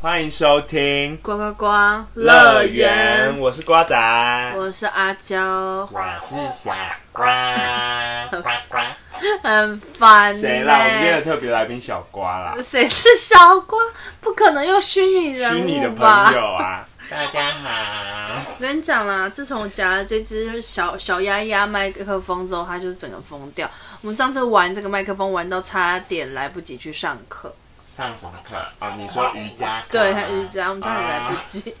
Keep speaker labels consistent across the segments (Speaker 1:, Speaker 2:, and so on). Speaker 1: 欢迎收听
Speaker 2: 呱呱呱
Speaker 1: 乐园，，我是瓜仔，
Speaker 2: 我是阿娇，
Speaker 1: 我是小瓜，
Speaker 2: 很烦、欸。
Speaker 1: 谁啦？我们今天的特别来宾小瓜 啦，
Speaker 2: 谁是小瓜？不可能用虚拟人
Speaker 1: 虚拟的
Speaker 2: 物
Speaker 1: 朋
Speaker 2: 吧？
Speaker 1: 友啊，大家好，
Speaker 2: 我跟你讲啦，自从我夹了这只小小丫丫麦克风之后，它就整个疯掉。我们上次玩这个麦克风玩到差点来不及去上课，
Speaker 1: 上什么课？哦，你说瑜伽？
Speaker 2: 对，还瑜，伽，我们差点来不及。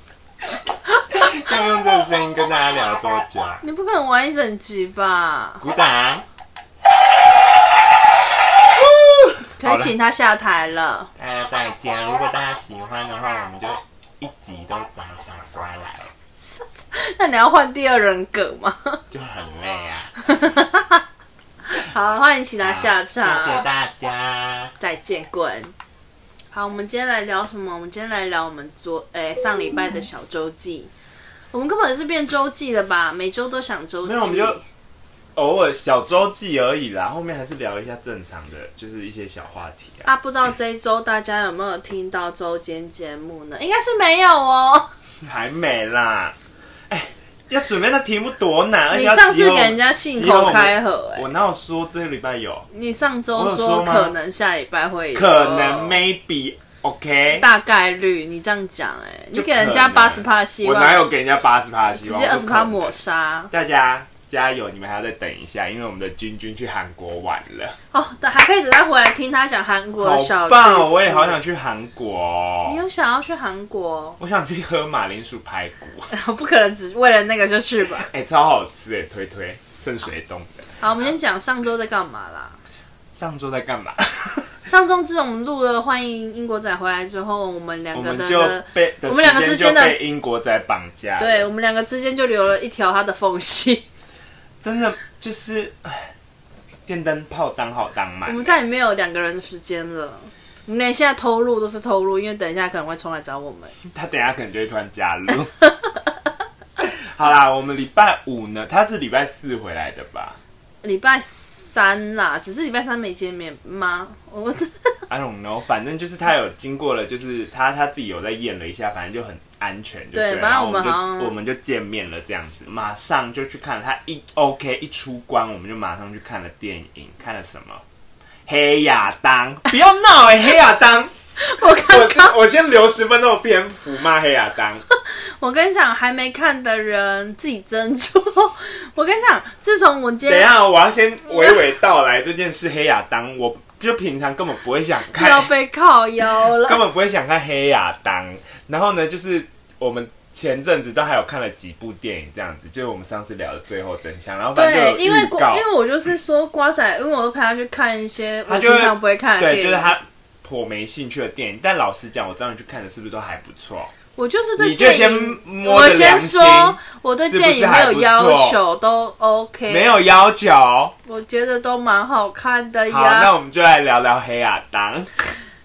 Speaker 1: 要用这个声音跟大家聊多久？啊
Speaker 2: 你不可能玩一整集吧？
Speaker 1: 鼓掌，
Speaker 2: 可以请他下台了。
Speaker 3: 大家再见。如果大家喜欢的话，我们就一集都找小瓜来，
Speaker 2: 那你要换第二人格吗？
Speaker 3: 就很累啊。
Speaker 2: 好，欢迎请他下
Speaker 3: 谢
Speaker 2: 场。
Speaker 3: 谢大家。
Speaker 2: 再见，滚！好，我们今天来聊什么？我们今天来聊我们昨诶、上礼拜的小周记。我们根本是变周记了吧？每周都想周记。
Speaker 1: 没有我们就偶尔小周记而已啦，后面还是聊一下正常的，就是一些小话题啊。
Speaker 2: 啊，不知道这一周大家有没有听到周间节目呢？应该是没有哦。
Speaker 1: 还没啦，哎，要准备的题目多难，而且
Speaker 2: 你
Speaker 1: 哎要
Speaker 2: 上次
Speaker 1: 集合
Speaker 2: 给人家信口开河、
Speaker 1: 我
Speaker 2: 哎，
Speaker 1: 哪有说这个礼拜有？
Speaker 2: 你上周
Speaker 1: 我有说
Speaker 2: 说
Speaker 1: 吗
Speaker 2: 可能下礼拜会有，
Speaker 1: 可能 maybe OK，
Speaker 2: 大概率。你这样讲，哎，你
Speaker 1: 就
Speaker 2: 给人家
Speaker 1: 可能啊
Speaker 2: 八十趴希
Speaker 1: 我哪
Speaker 2: 望，
Speaker 1: 有给人家八十趴的希
Speaker 2: 直
Speaker 1: 望？
Speaker 2: 接二十趴
Speaker 1: 我不可能
Speaker 2: 抹。杀。
Speaker 1: 大家加油，你们还要再等一下，因为我们的君君去韩国玩了，
Speaker 2: 哦，对，还可以等他回来听他讲韩国的小
Speaker 1: 好棒
Speaker 2: 知
Speaker 1: 哦！
Speaker 2: 识
Speaker 1: 我也好想去韩国哦、
Speaker 2: 你有想要去韩国？
Speaker 1: 我想去喝马铃薯排骨，
Speaker 2: 不可能只为了那个就去吧。
Speaker 1: 哎、超好吃哎，推推圣水洞的。
Speaker 2: 好，我们先讲上周在干嘛啦。
Speaker 1: 上周在 干嘛？
Speaker 2: 上周自从我们录了《欢迎英国仔回来》之后，我们两
Speaker 1: 我
Speaker 2: 个
Speaker 1: 们
Speaker 2: 的
Speaker 1: 就被的
Speaker 2: 我们两个
Speaker 1: 时
Speaker 2: 之
Speaker 1: 间
Speaker 2: 间
Speaker 1: 就
Speaker 2: 的
Speaker 1: 被英国仔绑架了，
Speaker 2: 对我们两个之间就留了一条他的缝隙。
Speaker 1: 真的就是唉电灯泡当好当满
Speaker 2: 我。们再也没有两个人的时间了。我们连现在偷录都是偷录，因为等一下可能会冲来找我们。
Speaker 1: 他等一下可能就会突然加入。 好啦，我们礼拜五呢，他是礼拜四回来的吧？
Speaker 2: 礼拜三啦，只是礼拜三没见面吗？我
Speaker 1: I don't know，反正就是他有经过了，就是他他自己有在验了一下，反正就很安全就
Speaker 2: 对
Speaker 1: 了
Speaker 2: 反
Speaker 1: 然后我
Speaker 2: 正我们
Speaker 1: 就
Speaker 2: 好像
Speaker 1: 我们就见面了，这样子，马上就去看他一 OK 一出关，我们就马上去看了电影，看了什么？黑亚当，不要闹哎、黑亚 当，
Speaker 2: 我刚
Speaker 1: 我先我先留十分钟的篇幅骂黑亚 当，
Speaker 2: 我跟你讲，还没看的人自己斟酌。 我跟你讲，自从我今
Speaker 1: 等一
Speaker 2: 天
Speaker 1: 下，我要先娓娓道来这件事。黑亚当，我就平常根本不会想
Speaker 2: 要
Speaker 1: 看，
Speaker 2: 被靠腰了
Speaker 1: 根， 本不会想看黑亚当。然后呢，就是我们前阵子都还有看了几部电影，这样子，就是我们上次聊的《最后真相》，然后反正
Speaker 2: 对，
Speaker 1: 就有
Speaker 2: 因为
Speaker 1: 预
Speaker 2: 瓜
Speaker 1: 告
Speaker 2: 因，为我就是说瓜仔，因为我都陪他去看一些
Speaker 1: 他
Speaker 2: 我
Speaker 1: 就会
Speaker 2: 平常不会看的电
Speaker 1: 对，
Speaker 2: 影，
Speaker 1: 就是他颇没兴趣的电影。但老实讲，我这样去看的是不是都还不错？
Speaker 2: 我就是
Speaker 1: 你
Speaker 2: 对
Speaker 1: 就
Speaker 2: 电
Speaker 1: 先
Speaker 2: 影，
Speaker 1: 摸
Speaker 2: 我
Speaker 1: 着良
Speaker 2: 先
Speaker 1: 心，
Speaker 2: 说我对
Speaker 1: 是不
Speaker 2: 电
Speaker 1: 是
Speaker 2: 影没
Speaker 1: 还不
Speaker 2: 有要
Speaker 1: 错
Speaker 2: 求，都 OK，
Speaker 1: 没，有要求。好，
Speaker 2: 我觉得都蛮好看的哎呀。
Speaker 1: 那我们就来聊聊黑亚 当。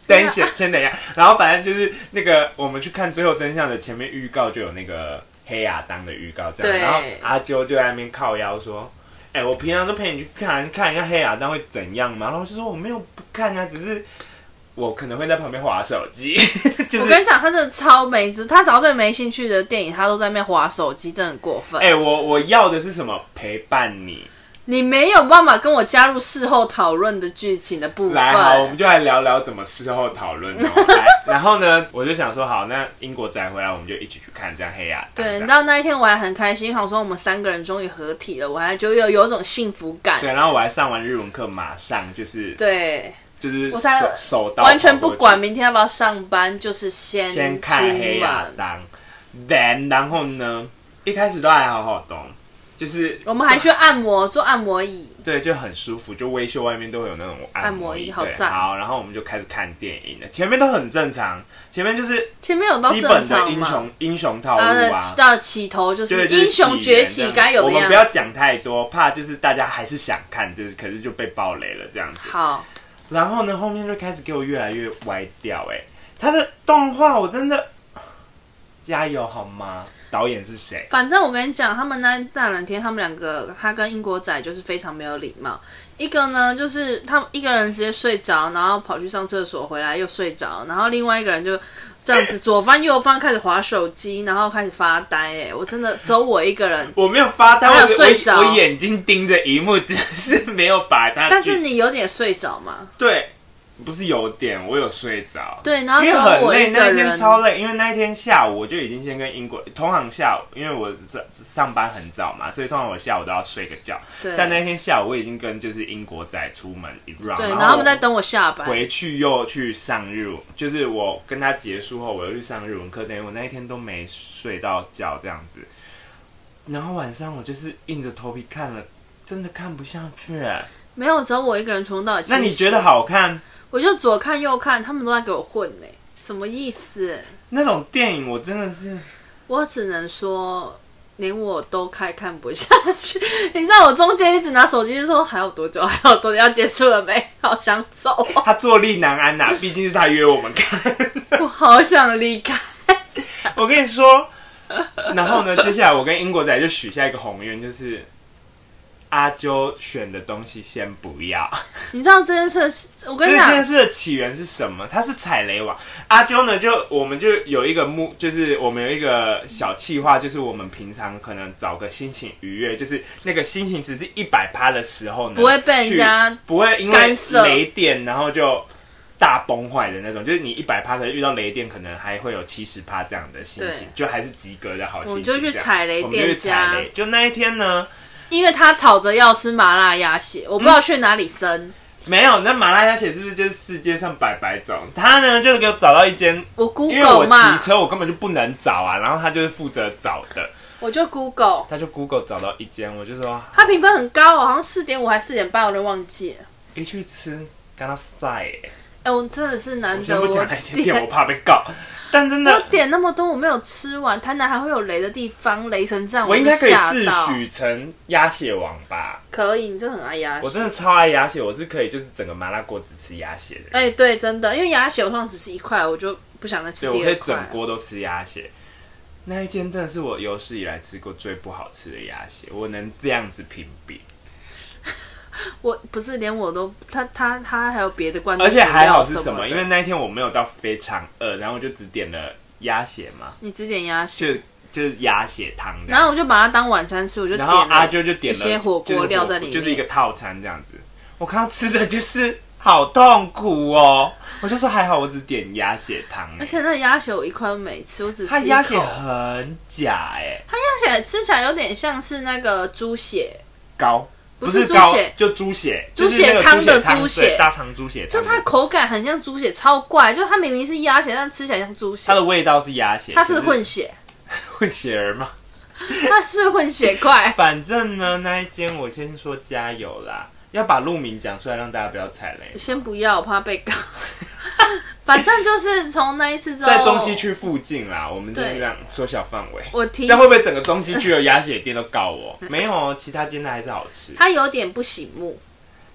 Speaker 1: 等一下，先等一下。然后反正就是那个我们去看《最后真相》的前面预告就有那个黑亚当的预告，这样。
Speaker 2: 对
Speaker 1: 然后阿啾就在那边靠腰说：“哎、我平常都陪你去看看一下黑亚当会怎样嘛。”然后我就说：“我没有不看啊，只是我可能会在旁边划手机。” 就
Speaker 2: 我
Speaker 1: 是
Speaker 2: 跟你讲，他真的超没，他只要对没兴趣的电影，他都在那边划手机，真的很过分。
Speaker 1: 哎、我我要的是什么？陪伴你。
Speaker 2: 你没有办法跟我加入事后讨论的剧情的部分。
Speaker 1: 来，好，我们就来聊聊怎么事后讨论哦。 来，然后呢，我就想说，好，那英国仔回来，我们就一起去看这样黑亚当。
Speaker 2: 对，你
Speaker 1: 这
Speaker 2: 知
Speaker 1: 样
Speaker 2: 道那一天我还很开心，想说我们三个人终于合体了，我还就有有一种幸福感。
Speaker 1: 对，然后我还上完日文课，马上就是
Speaker 2: 对，
Speaker 1: 就是
Speaker 2: 我
Speaker 1: 手
Speaker 2: 才
Speaker 1: 手刀
Speaker 2: 完全
Speaker 1: 跑
Speaker 2: 不
Speaker 1: 过
Speaker 2: 管明天要不要上班，就是先
Speaker 1: 去，
Speaker 2: 先
Speaker 1: 先看黑啊亚当，then 然后呢，一开始都还好好懂，就是
Speaker 2: 我们还去按摩，做按摩椅。
Speaker 1: 对就很舒服，就微秀外面都会有那种按
Speaker 2: 按摩
Speaker 1: 椅，
Speaker 2: 椅好
Speaker 1: 对
Speaker 2: 赞
Speaker 1: 好，然后我们就开始看电影了，前面都很正常，前面就是
Speaker 2: 前面有到
Speaker 1: 基
Speaker 2: 正
Speaker 1: 本的
Speaker 2: 常
Speaker 1: 英
Speaker 2: 嘛？
Speaker 1: 雄英雄套路
Speaker 2: 然后呢
Speaker 1: 啊。
Speaker 2: 到起头就
Speaker 1: 对
Speaker 2: 是，
Speaker 1: 就是
Speaker 2: 英雄
Speaker 1: 起源
Speaker 2: 崛
Speaker 1: 这
Speaker 2: 起
Speaker 1: 样
Speaker 2: 该有
Speaker 1: 我
Speaker 2: 的
Speaker 1: 们
Speaker 2: 样
Speaker 1: 不要
Speaker 2: 子。
Speaker 1: 讲太多，怕就是大家还是想看，就是可是就被爆雷了这样子。
Speaker 2: 好，
Speaker 1: 然后呢，后面就开始给我越来越歪掉、哎，他的动画我真的加油好吗？导演是谁？
Speaker 2: 反正我跟你讲，他们那那两天，他们两个，他跟英国仔就是非常没有礼貌。一个呢，就是他们一个人直接睡着，然后跑去上厕所，回来又睡着，然后另外一个人就这样子左翻右翻开始划手机，然后开始发呆、哎，我真的只有我一个人。
Speaker 1: 我没有发呆，
Speaker 2: 还
Speaker 1: 我
Speaker 2: 有睡着
Speaker 1: 我我眼睛盯着荧幕，只是没有把它。
Speaker 2: 但是你有点睡着嘛？
Speaker 1: 对，不是有点，我有睡着。
Speaker 2: 对，然后
Speaker 1: 因
Speaker 2: 只
Speaker 1: 为
Speaker 2: 有
Speaker 1: 很
Speaker 2: 啊我
Speaker 1: 累，
Speaker 2: 一
Speaker 1: 那
Speaker 2: 个
Speaker 1: 一天
Speaker 2: 人。
Speaker 1: 超累，因为那一天下午我就已经先跟英国同行下午，因为我上上班很早嘛，所以通常我下午都要睡个觉。
Speaker 2: 对
Speaker 1: 但那天下午我已经跟就是英国仔出门一 round，然
Speaker 2: 对，然
Speaker 1: 后
Speaker 2: 后他们
Speaker 1: 我
Speaker 2: 在等我下班。
Speaker 1: 回去又去上日文，就是我跟他结束后，我又去上日文课，等于我那一天都没睡到觉这样子。然后晚上我就是硬着头皮看了，真的看不下去。
Speaker 2: 没有，只有我一个人从头到尾。
Speaker 1: 那你觉得？好看？
Speaker 2: 我就左看右看，他们都在给我混呢、什么意思？
Speaker 1: 那种电影我真的是，
Speaker 2: 我只能说，连我都快看不下去。 你知道我中间一直拿手机就说还有多久，还有多久要结束了没？好想走，
Speaker 1: 他坐立难安呐、毕竟是他约我们看。
Speaker 2: 我好想离开。
Speaker 1: 我跟你说，然后 呢，接下来我跟英国仔就许下一个宏愿，就是阿啾选的东西先不要。
Speaker 2: 你知道这件事是，我跟
Speaker 1: 这
Speaker 2: 你
Speaker 1: 件
Speaker 2: 讲，
Speaker 1: 事的起源是什么？它是踩雷网。阿啾呢，就我们就有一个目，就是我们有一个小计划，就是我们平常可能找个心情愉悦，就是那个心情只是一百趴的时候呢，
Speaker 2: 不会被人
Speaker 1: 去
Speaker 2: 家
Speaker 1: 不会因为
Speaker 2: 干涉
Speaker 1: 雷电然后就大崩坏的那种。就是你一百趴，可能遇到雷电，可能还会有七十趴这样的心情
Speaker 2: 对，
Speaker 1: 就还是及格的好
Speaker 2: 我
Speaker 1: 心
Speaker 2: 们
Speaker 1: 情
Speaker 2: 就
Speaker 1: 这
Speaker 2: 去
Speaker 1: 样
Speaker 2: 踩雷
Speaker 1: 我们就去
Speaker 2: 店
Speaker 1: 踩
Speaker 2: 家，
Speaker 1: 雷。就那一天呢，
Speaker 2: 因为他吵着要吃麻辣鸭血，我不知道去哪里生。
Speaker 1: 没有那麻辣鸭血是不是就是世界上百百种？他呢就给我找到一间。
Speaker 2: 我
Speaker 1: 因为我
Speaker 2: Google 嘛
Speaker 1: 骑，车，我根本就不能找啊，然后他就是负责找的，
Speaker 2: 我就 Google，
Speaker 1: 他就 Google 找到一间，我就说
Speaker 2: 他评分很高哦，好像四点五还是四点八，我都忘记了。
Speaker 1: 一哎去吃，跟他晒、欸，
Speaker 2: 哎、我真的是难
Speaker 1: 我
Speaker 2: 得
Speaker 1: 先不讲那间店，我
Speaker 2: 点
Speaker 1: 怕被告，但真
Speaker 2: 我
Speaker 1: 的，
Speaker 2: 点那么多，我没有吃完。台南还会有雷的地方，雷神站
Speaker 1: 我应
Speaker 2: 就
Speaker 1: 该可以
Speaker 2: 吓
Speaker 1: 自
Speaker 2: 到。
Speaker 1: 诩成鸭血王吧？
Speaker 2: 可以，你真的很爱鸭血。
Speaker 1: 我真的超爱鸭血，我是可以就是整个麻辣锅只吃鸭血的人，
Speaker 2: 哎、对，真的，因为鸭血我通常只吃一块，我就不想再吃
Speaker 1: 对，我
Speaker 2: 第
Speaker 1: 可
Speaker 2: 二
Speaker 1: 以整
Speaker 2: 块。
Speaker 1: 锅都吃鸭血。那一间真的是我有史以来吃过最不好吃的鸭血，我能这样子评比。
Speaker 2: 我不是连我都，他他他还有别的罐头，
Speaker 1: 而且还好是
Speaker 2: 什
Speaker 1: 什么？
Speaker 2: 的
Speaker 1: 因为那一天我没有到非常饿，然后我就只点了鸭血嘛，
Speaker 2: 你只点鸭血，
Speaker 1: 就就是鸭血汤这样。
Speaker 2: 然后我就把它当晚餐吃，我就
Speaker 1: 然
Speaker 2: 点
Speaker 1: 后阿
Speaker 2: 了。
Speaker 1: 啾就点了
Speaker 2: 一些火锅料在里面
Speaker 1: 就是一个套餐这样子。我看到吃的就是 好痛苦哦，我就说还好我只点鸭血汤、欸
Speaker 2: 而且那鸭血我一块都没吃，我只
Speaker 1: 它
Speaker 2: 吃一口。
Speaker 1: 鸭血很假哎、
Speaker 2: 鸭血吃起来有点像是那个猪血，
Speaker 1: 高
Speaker 2: 不
Speaker 1: 是
Speaker 2: 是
Speaker 1: 高
Speaker 2: 猪血
Speaker 1: 就猪血，
Speaker 2: 猪
Speaker 1: 就是那个
Speaker 2: 血汤的
Speaker 1: 猪汤
Speaker 2: 猪血
Speaker 1: 对大肠猪血汤，
Speaker 2: 就是它口感很像猪血，超怪。就是它明明是鸭血，但吃起来像猪血
Speaker 1: 它。的味道是鸭血，
Speaker 2: 它是
Speaker 1: 可
Speaker 2: 混血，
Speaker 1: 混血儿吗？。
Speaker 2: 它是混血怪
Speaker 1: 反正呢，那一间我先说加油啦，要把路名讲出来，让大家不要踩雷。
Speaker 2: 先不要，我怕 被告。反正就是从那一次之后，
Speaker 1: 在中西，区附近啦，我们就是
Speaker 2: 哦对
Speaker 1: 这样缩小范围。
Speaker 2: 我提
Speaker 1: 这样会不会整个中西区的鸭血店都告 我？没有哦，其他间的还是好吃。
Speaker 2: 他有点不醒目，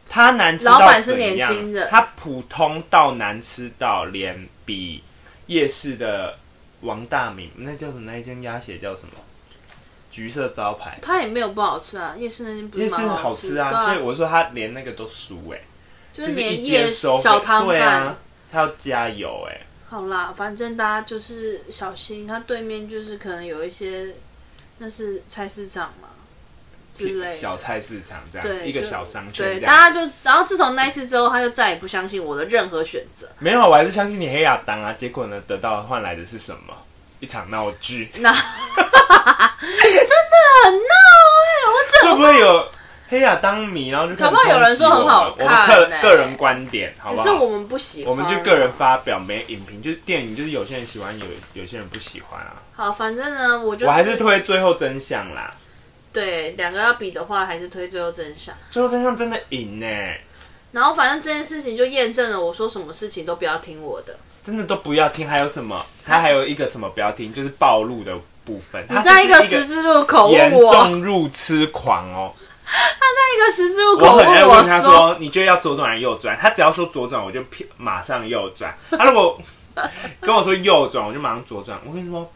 Speaker 1: 它难吃
Speaker 2: 老
Speaker 1: 到
Speaker 2: 板是
Speaker 1: 怎
Speaker 2: 年
Speaker 1: 样
Speaker 2: 轻人
Speaker 1: 它普通到难吃到连比夜市的王大明那叫什么？那一间鸭血叫什么？橘色招牌。
Speaker 2: 他也没有不好吃啊。夜市那间不
Speaker 1: 夜
Speaker 2: 是
Speaker 1: 市
Speaker 2: 蛮
Speaker 1: 好
Speaker 2: 吃
Speaker 1: 吃啊，所以
Speaker 2: 对啊，
Speaker 1: 我说它连那个都输哎、
Speaker 2: 就
Speaker 1: 就是是一
Speaker 2: 连
Speaker 1: 间
Speaker 2: 夜
Speaker 1: 收费
Speaker 2: 小摊
Speaker 1: 对
Speaker 2: 贩
Speaker 1: 啊。，它要加油哎、
Speaker 2: 好啦，反正大家就是小心，他对面就是可能有一些，那是菜市场嘛之类的。
Speaker 1: 小菜市场这样，
Speaker 2: 对，
Speaker 1: 一个
Speaker 2: 就
Speaker 1: 小商圈
Speaker 2: 对，
Speaker 1: 这
Speaker 2: 大
Speaker 1: 样。
Speaker 2: 家就，然后自从那一次之后，他就再也不相信我的任何选择。
Speaker 1: 没有，我还是相信你黑亚当啊。结果呢，得到换来的是什么？一场闹剧。
Speaker 2: 那真的很闹哎、我只
Speaker 1: 会不会有黑亚当迷，然后就开始
Speaker 2: 搞不好有人说很好
Speaker 1: 攻击我们我们
Speaker 2: 看欸
Speaker 1: 个个人观点，好不
Speaker 2: 只是我
Speaker 1: 好？
Speaker 2: 们不喜欢，啊
Speaker 1: 我们就个人发表，没影评，就是电影，就是有些人喜欢，有有些人不喜欢啊。
Speaker 2: 好，反正呢，我就是
Speaker 1: 我还是推《最后真相》啦，
Speaker 2: 对两个要比的话，还是推最后真相。
Speaker 1: 《最后真相》真的赢呢、欸
Speaker 2: 然后反正这件事情就验证了我说什么事情都不要听我的。
Speaker 1: 真的都不要听。还有什么？它还有一个什么不要听，就是暴露的部分。
Speaker 2: 你
Speaker 1: 它
Speaker 2: 在一
Speaker 1: 就
Speaker 2: 个
Speaker 1: 是
Speaker 2: 十字路口问
Speaker 1: 严
Speaker 2: 我，在
Speaker 1: 重入痴狂哦。
Speaker 2: 一个十字路
Speaker 1: 我
Speaker 2: 口
Speaker 1: 很爱
Speaker 2: 问
Speaker 1: 问他
Speaker 2: 说，
Speaker 1: 说：“你觉得要左转还是右转？”他只要说左转，我就偏马上右 转；他如果跟我说右转，我就马上左转。我跟你说，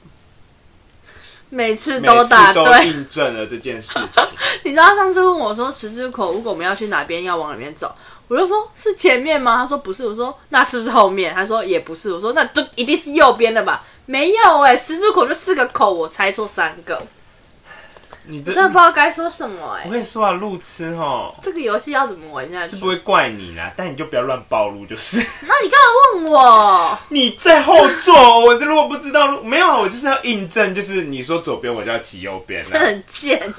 Speaker 2: 每次
Speaker 1: 每
Speaker 2: 都答
Speaker 1: 次都
Speaker 2: 对。
Speaker 1: 印证了这件事情。
Speaker 2: 你知道他上次问我说，十字路口如果我们要去哪边，要往哪边走，我就说是前面吗？他说不是，我说那是不是后面？他说也不是，我说那就一定是右边的吧？没有哎、十字口就四个口，我猜错三个，
Speaker 1: 你这
Speaker 2: 真的不知道该说什么哎、
Speaker 1: 我跟你说啊，路痴哦，
Speaker 2: 这个游戏要怎么玩下去
Speaker 1: 是？不会怪你啦，但你就不要乱暴露，就是。
Speaker 2: 啊那你干嘛问我？
Speaker 1: 你在后座，我如果不知道路，没有，我就是要印证，就是你说左边，我就要骑右边
Speaker 2: 真的
Speaker 1: 啦。
Speaker 2: 很贱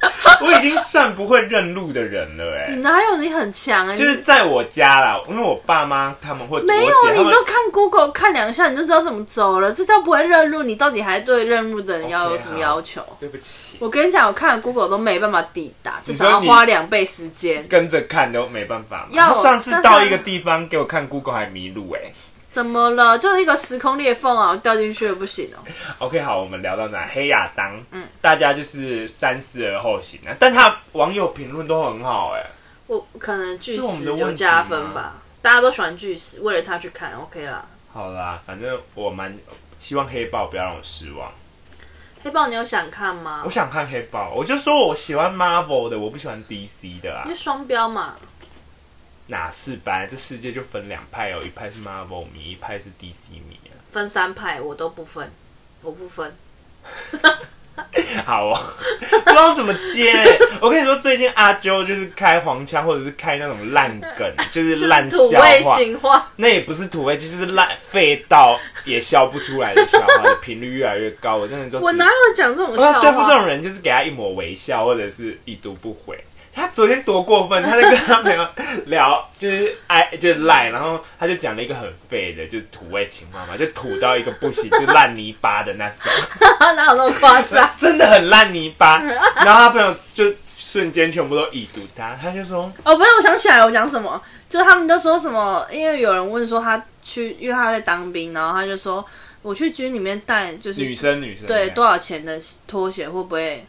Speaker 2: 哎、
Speaker 1: 我已经算不会认路的人了、
Speaker 2: 你
Speaker 1: 哎，
Speaker 2: 哪有你很强哎、
Speaker 1: 就是
Speaker 2: 你
Speaker 1: 在我家啦，因为我爸妈他们会，我
Speaker 2: 没有
Speaker 1: 姐，他
Speaker 2: 你
Speaker 1: 们
Speaker 2: 都看 Google 看两下你就知道怎么走了，这叫不会认路。你到底还对认路的人要有
Speaker 1: OK，
Speaker 2: 什么
Speaker 1: 好
Speaker 2: 要求
Speaker 1: 对不起，
Speaker 2: 我跟你讲，我看了 Google 都没办法抵达，至少
Speaker 1: 你
Speaker 2: 要
Speaker 1: 说你
Speaker 2: 花两倍时间。
Speaker 1: 跟着看都没办法嘛。
Speaker 2: 要
Speaker 1: 他上次
Speaker 2: 但是
Speaker 1: 到一个地方给我看 Google 还迷路、哎。
Speaker 2: 怎么了？就一个时空裂缝啊，我掉进去了不行哦、
Speaker 1: OK，好，我们聊到哪？黑亚当，
Speaker 2: 嗯
Speaker 1: 大家就是三思而后行啊。但他网友评论都很好、哎，
Speaker 2: 我可能巨
Speaker 1: 是我们
Speaker 2: 石
Speaker 1: 的
Speaker 2: 有
Speaker 1: 问题
Speaker 2: 加分吧
Speaker 1: 吗，
Speaker 2: 大家都喜欢巨石，为了他去看 OK 啦。
Speaker 1: 好啦，反正我蛮希望黑豹不要让我失望。
Speaker 2: 黑豹，你有想看吗
Speaker 1: 我？想看黑豹，我就说我喜欢 Marvel 的，我不喜欢 DC 的啊
Speaker 2: 因为。双标嘛，
Speaker 1: 哪是白？这世界就分两派哦，一派是 Marvel 迷，一派是 DC 迷啊。
Speaker 2: 分三派我都不分，我不分。
Speaker 1: 好哦， 不知道怎么接。欸我跟你说，最近阿啾就是开黄腔，或者是开那种烂 梗，就是 烂
Speaker 2: 土
Speaker 1: 笑
Speaker 2: 味
Speaker 1: 话。
Speaker 2: 情话，
Speaker 1: 那也不是土味，就是烂废到也笑不出来的笑话，的频率越来越高，我真的就
Speaker 2: 我哪有讲这种
Speaker 1: 我要
Speaker 2: 笑
Speaker 1: 啊对付这
Speaker 2: 话？
Speaker 1: 种人，就是给他一抹微笑，或者是已读不回。他昨天多过分，他在跟他朋友聊，就是哎，就是赖，然后他就讲了一个很废的，就是土味情话嘛，就土到一个不行，就烂泥巴的那种，
Speaker 2: 哪有那么 夸张？
Speaker 1: 真的很烂泥巴。然后他朋友就瞬间全部都已读他，他就说
Speaker 2: 哦，不是，我想起来我讲什么，就是他们就说什么，因为有人问说他去，因为他在当兵，然后他就说我去军里面带就是
Speaker 1: 女生女生
Speaker 2: 对多少钱的拖鞋会不会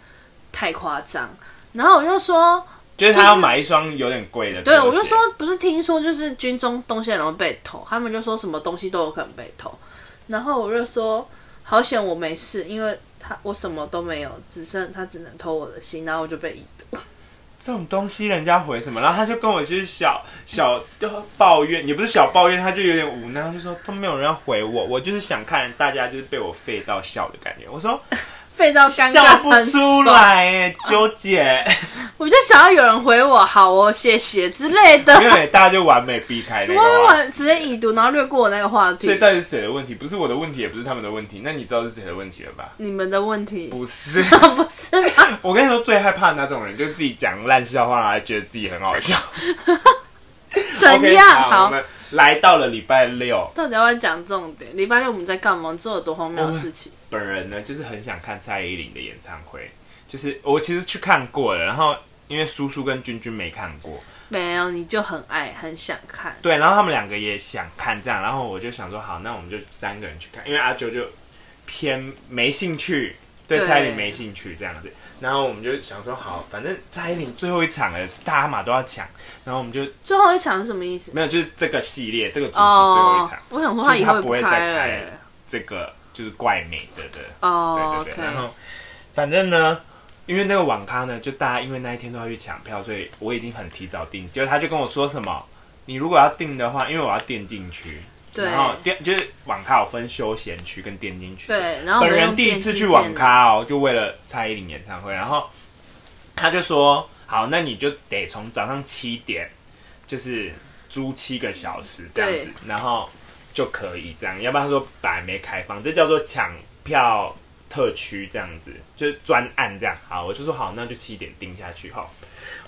Speaker 2: 太夸张？然后我就说，
Speaker 1: 就是他要买一双有点贵的拖
Speaker 2: 对
Speaker 1: 鞋，
Speaker 2: 我就说不是听说就是军中东西很容易被偷，他们就说什么东西都有可能被偷，然后我就说好险我没事，因为他我什么都没有，只剩他只能偷我的心，然后我就被移动。
Speaker 1: 这种东西人家回什么，然后他就跟我就是小小就抱怨，也不是小抱怨，他就有点无奈，他就说都没有人要回我，我就是想看大家就是被我废到笑的感觉。我说
Speaker 2: 废到尴
Speaker 1: 笑
Speaker 2: 尬，
Speaker 1: 不
Speaker 2: 很
Speaker 1: 出
Speaker 2: 爽
Speaker 1: 来耶，纠结，
Speaker 2: 我就想要有人回我好哦，谢谢之类的。
Speaker 1: 因为大家就完美避开那
Speaker 2: 我
Speaker 1: 个话。
Speaker 2: 我直接已读，然后略过我那个话
Speaker 1: 所以
Speaker 2: 题。
Speaker 1: 到底是谁的问题？不是我的问题，也不是他们的问题。那你知道是谁的问题了吧？
Speaker 2: 你们的问题
Speaker 1: 不是，
Speaker 2: 不是吗？
Speaker 1: 我跟你说，最害怕的那种人，就是自己讲烂笑话，然后还觉得自己很好笑。
Speaker 2: 怎
Speaker 1: OK，
Speaker 2: 样？
Speaker 1: 好，我
Speaker 2: 好，
Speaker 1: 们来到了礼拜六，
Speaker 2: 到底要不要讲重点？礼拜六我们在干嘛？我们做了多荒
Speaker 1: 嗯
Speaker 2: 谬的事情？
Speaker 1: 本人呢，就是很想看蔡依林的演唱会，就是我其实去看过了，然后因为叔叔跟君君没看过，
Speaker 2: 没有，你就很爱，很想看。
Speaker 1: 对，然后他们两个也想看这样，然后我就想说好，那我们就三个人去看，因为阿九就偏没兴趣，对
Speaker 2: 对
Speaker 1: 蔡依林没兴趣这样子，然后我们就想说好，反正蔡依林最后一场了，大家嘛都要抢，然后我们就
Speaker 2: 最后一场是什么意思？
Speaker 1: 没有，就是这个系列这个主题最后一
Speaker 2: 哦
Speaker 1: 场，，
Speaker 2: 我想说他以后也
Speaker 1: 就是他不会
Speaker 2: 开
Speaker 1: 再开
Speaker 2: 了
Speaker 1: 了。这个就是怪美的的。
Speaker 2: 哦
Speaker 1: 对对对，然
Speaker 2: ，OK，
Speaker 1: 后反正呢，因为那个网咖呢，就大家因为那一天都要去抢票，所以我已经很提早订。结果他就跟我说什么，你如果要订的话，因为我要电竞区，
Speaker 2: 对
Speaker 1: 然后电就是网咖有分休闲区跟电竞区。，
Speaker 2: 对，然后我
Speaker 1: 本
Speaker 2: 们用
Speaker 1: 人第一次
Speaker 2: 电
Speaker 1: 去
Speaker 2: 竞
Speaker 1: 网
Speaker 2: 电脑，
Speaker 1: 咖哦，就为了蔡依林演唱会，然后他就说，好，那你就得从早上七点，就是租七个小时这样子，然后就可以这样，要不然他说本来没开放，这叫做抢票特区这样子，就是专案这样。好，我就说好，那就七点定下去好，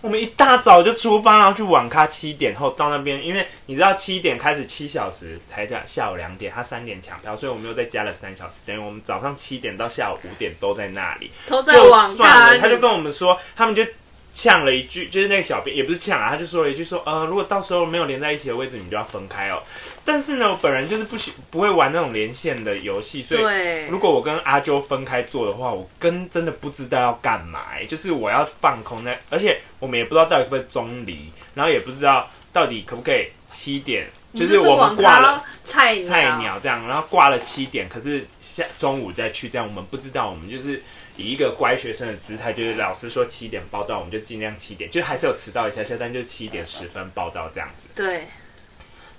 Speaker 1: 我们一大早就出发，然后去网咖，七点后到那边，因为你知道七点开始七小时才讲下午两点，他三点抢票，所以我们又再加了三小时，等于我们早上七点到下午五点都在那里。
Speaker 2: 都在
Speaker 1: 就
Speaker 2: 网咖
Speaker 1: 算
Speaker 2: 里
Speaker 1: 了，他就跟我们说，他们就呛了一句，就是那个小编也不是呛啊，他就说了一句说，呃，如果到时候没有连在一起的位置，你们就要分开哦。但是呢，我本人就是不喜不会玩那种连线的游戏，所以
Speaker 2: 对
Speaker 1: 如果我跟阿啾分开做的话，我跟真的不知道要干嘛、欸就是我要放空那，而且我们也不知道到底会不会中离，然后也不知道到底可不可以七点，
Speaker 2: 你
Speaker 1: 是我
Speaker 2: 网
Speaker 1: 们挂了
Speaker 2: 咖菜鸟
Speaker 1: 啊菜鸟这样，然后挂了七点，可是下中午再去这样，我们不知道，我们就是以一个乖学生的姿态，就是老师说七点报到，我们就尽量七点，就还是有迟到一下下，但就七点十分报到这样子。
Speaker 2: 对，
Speaker 1: 嗯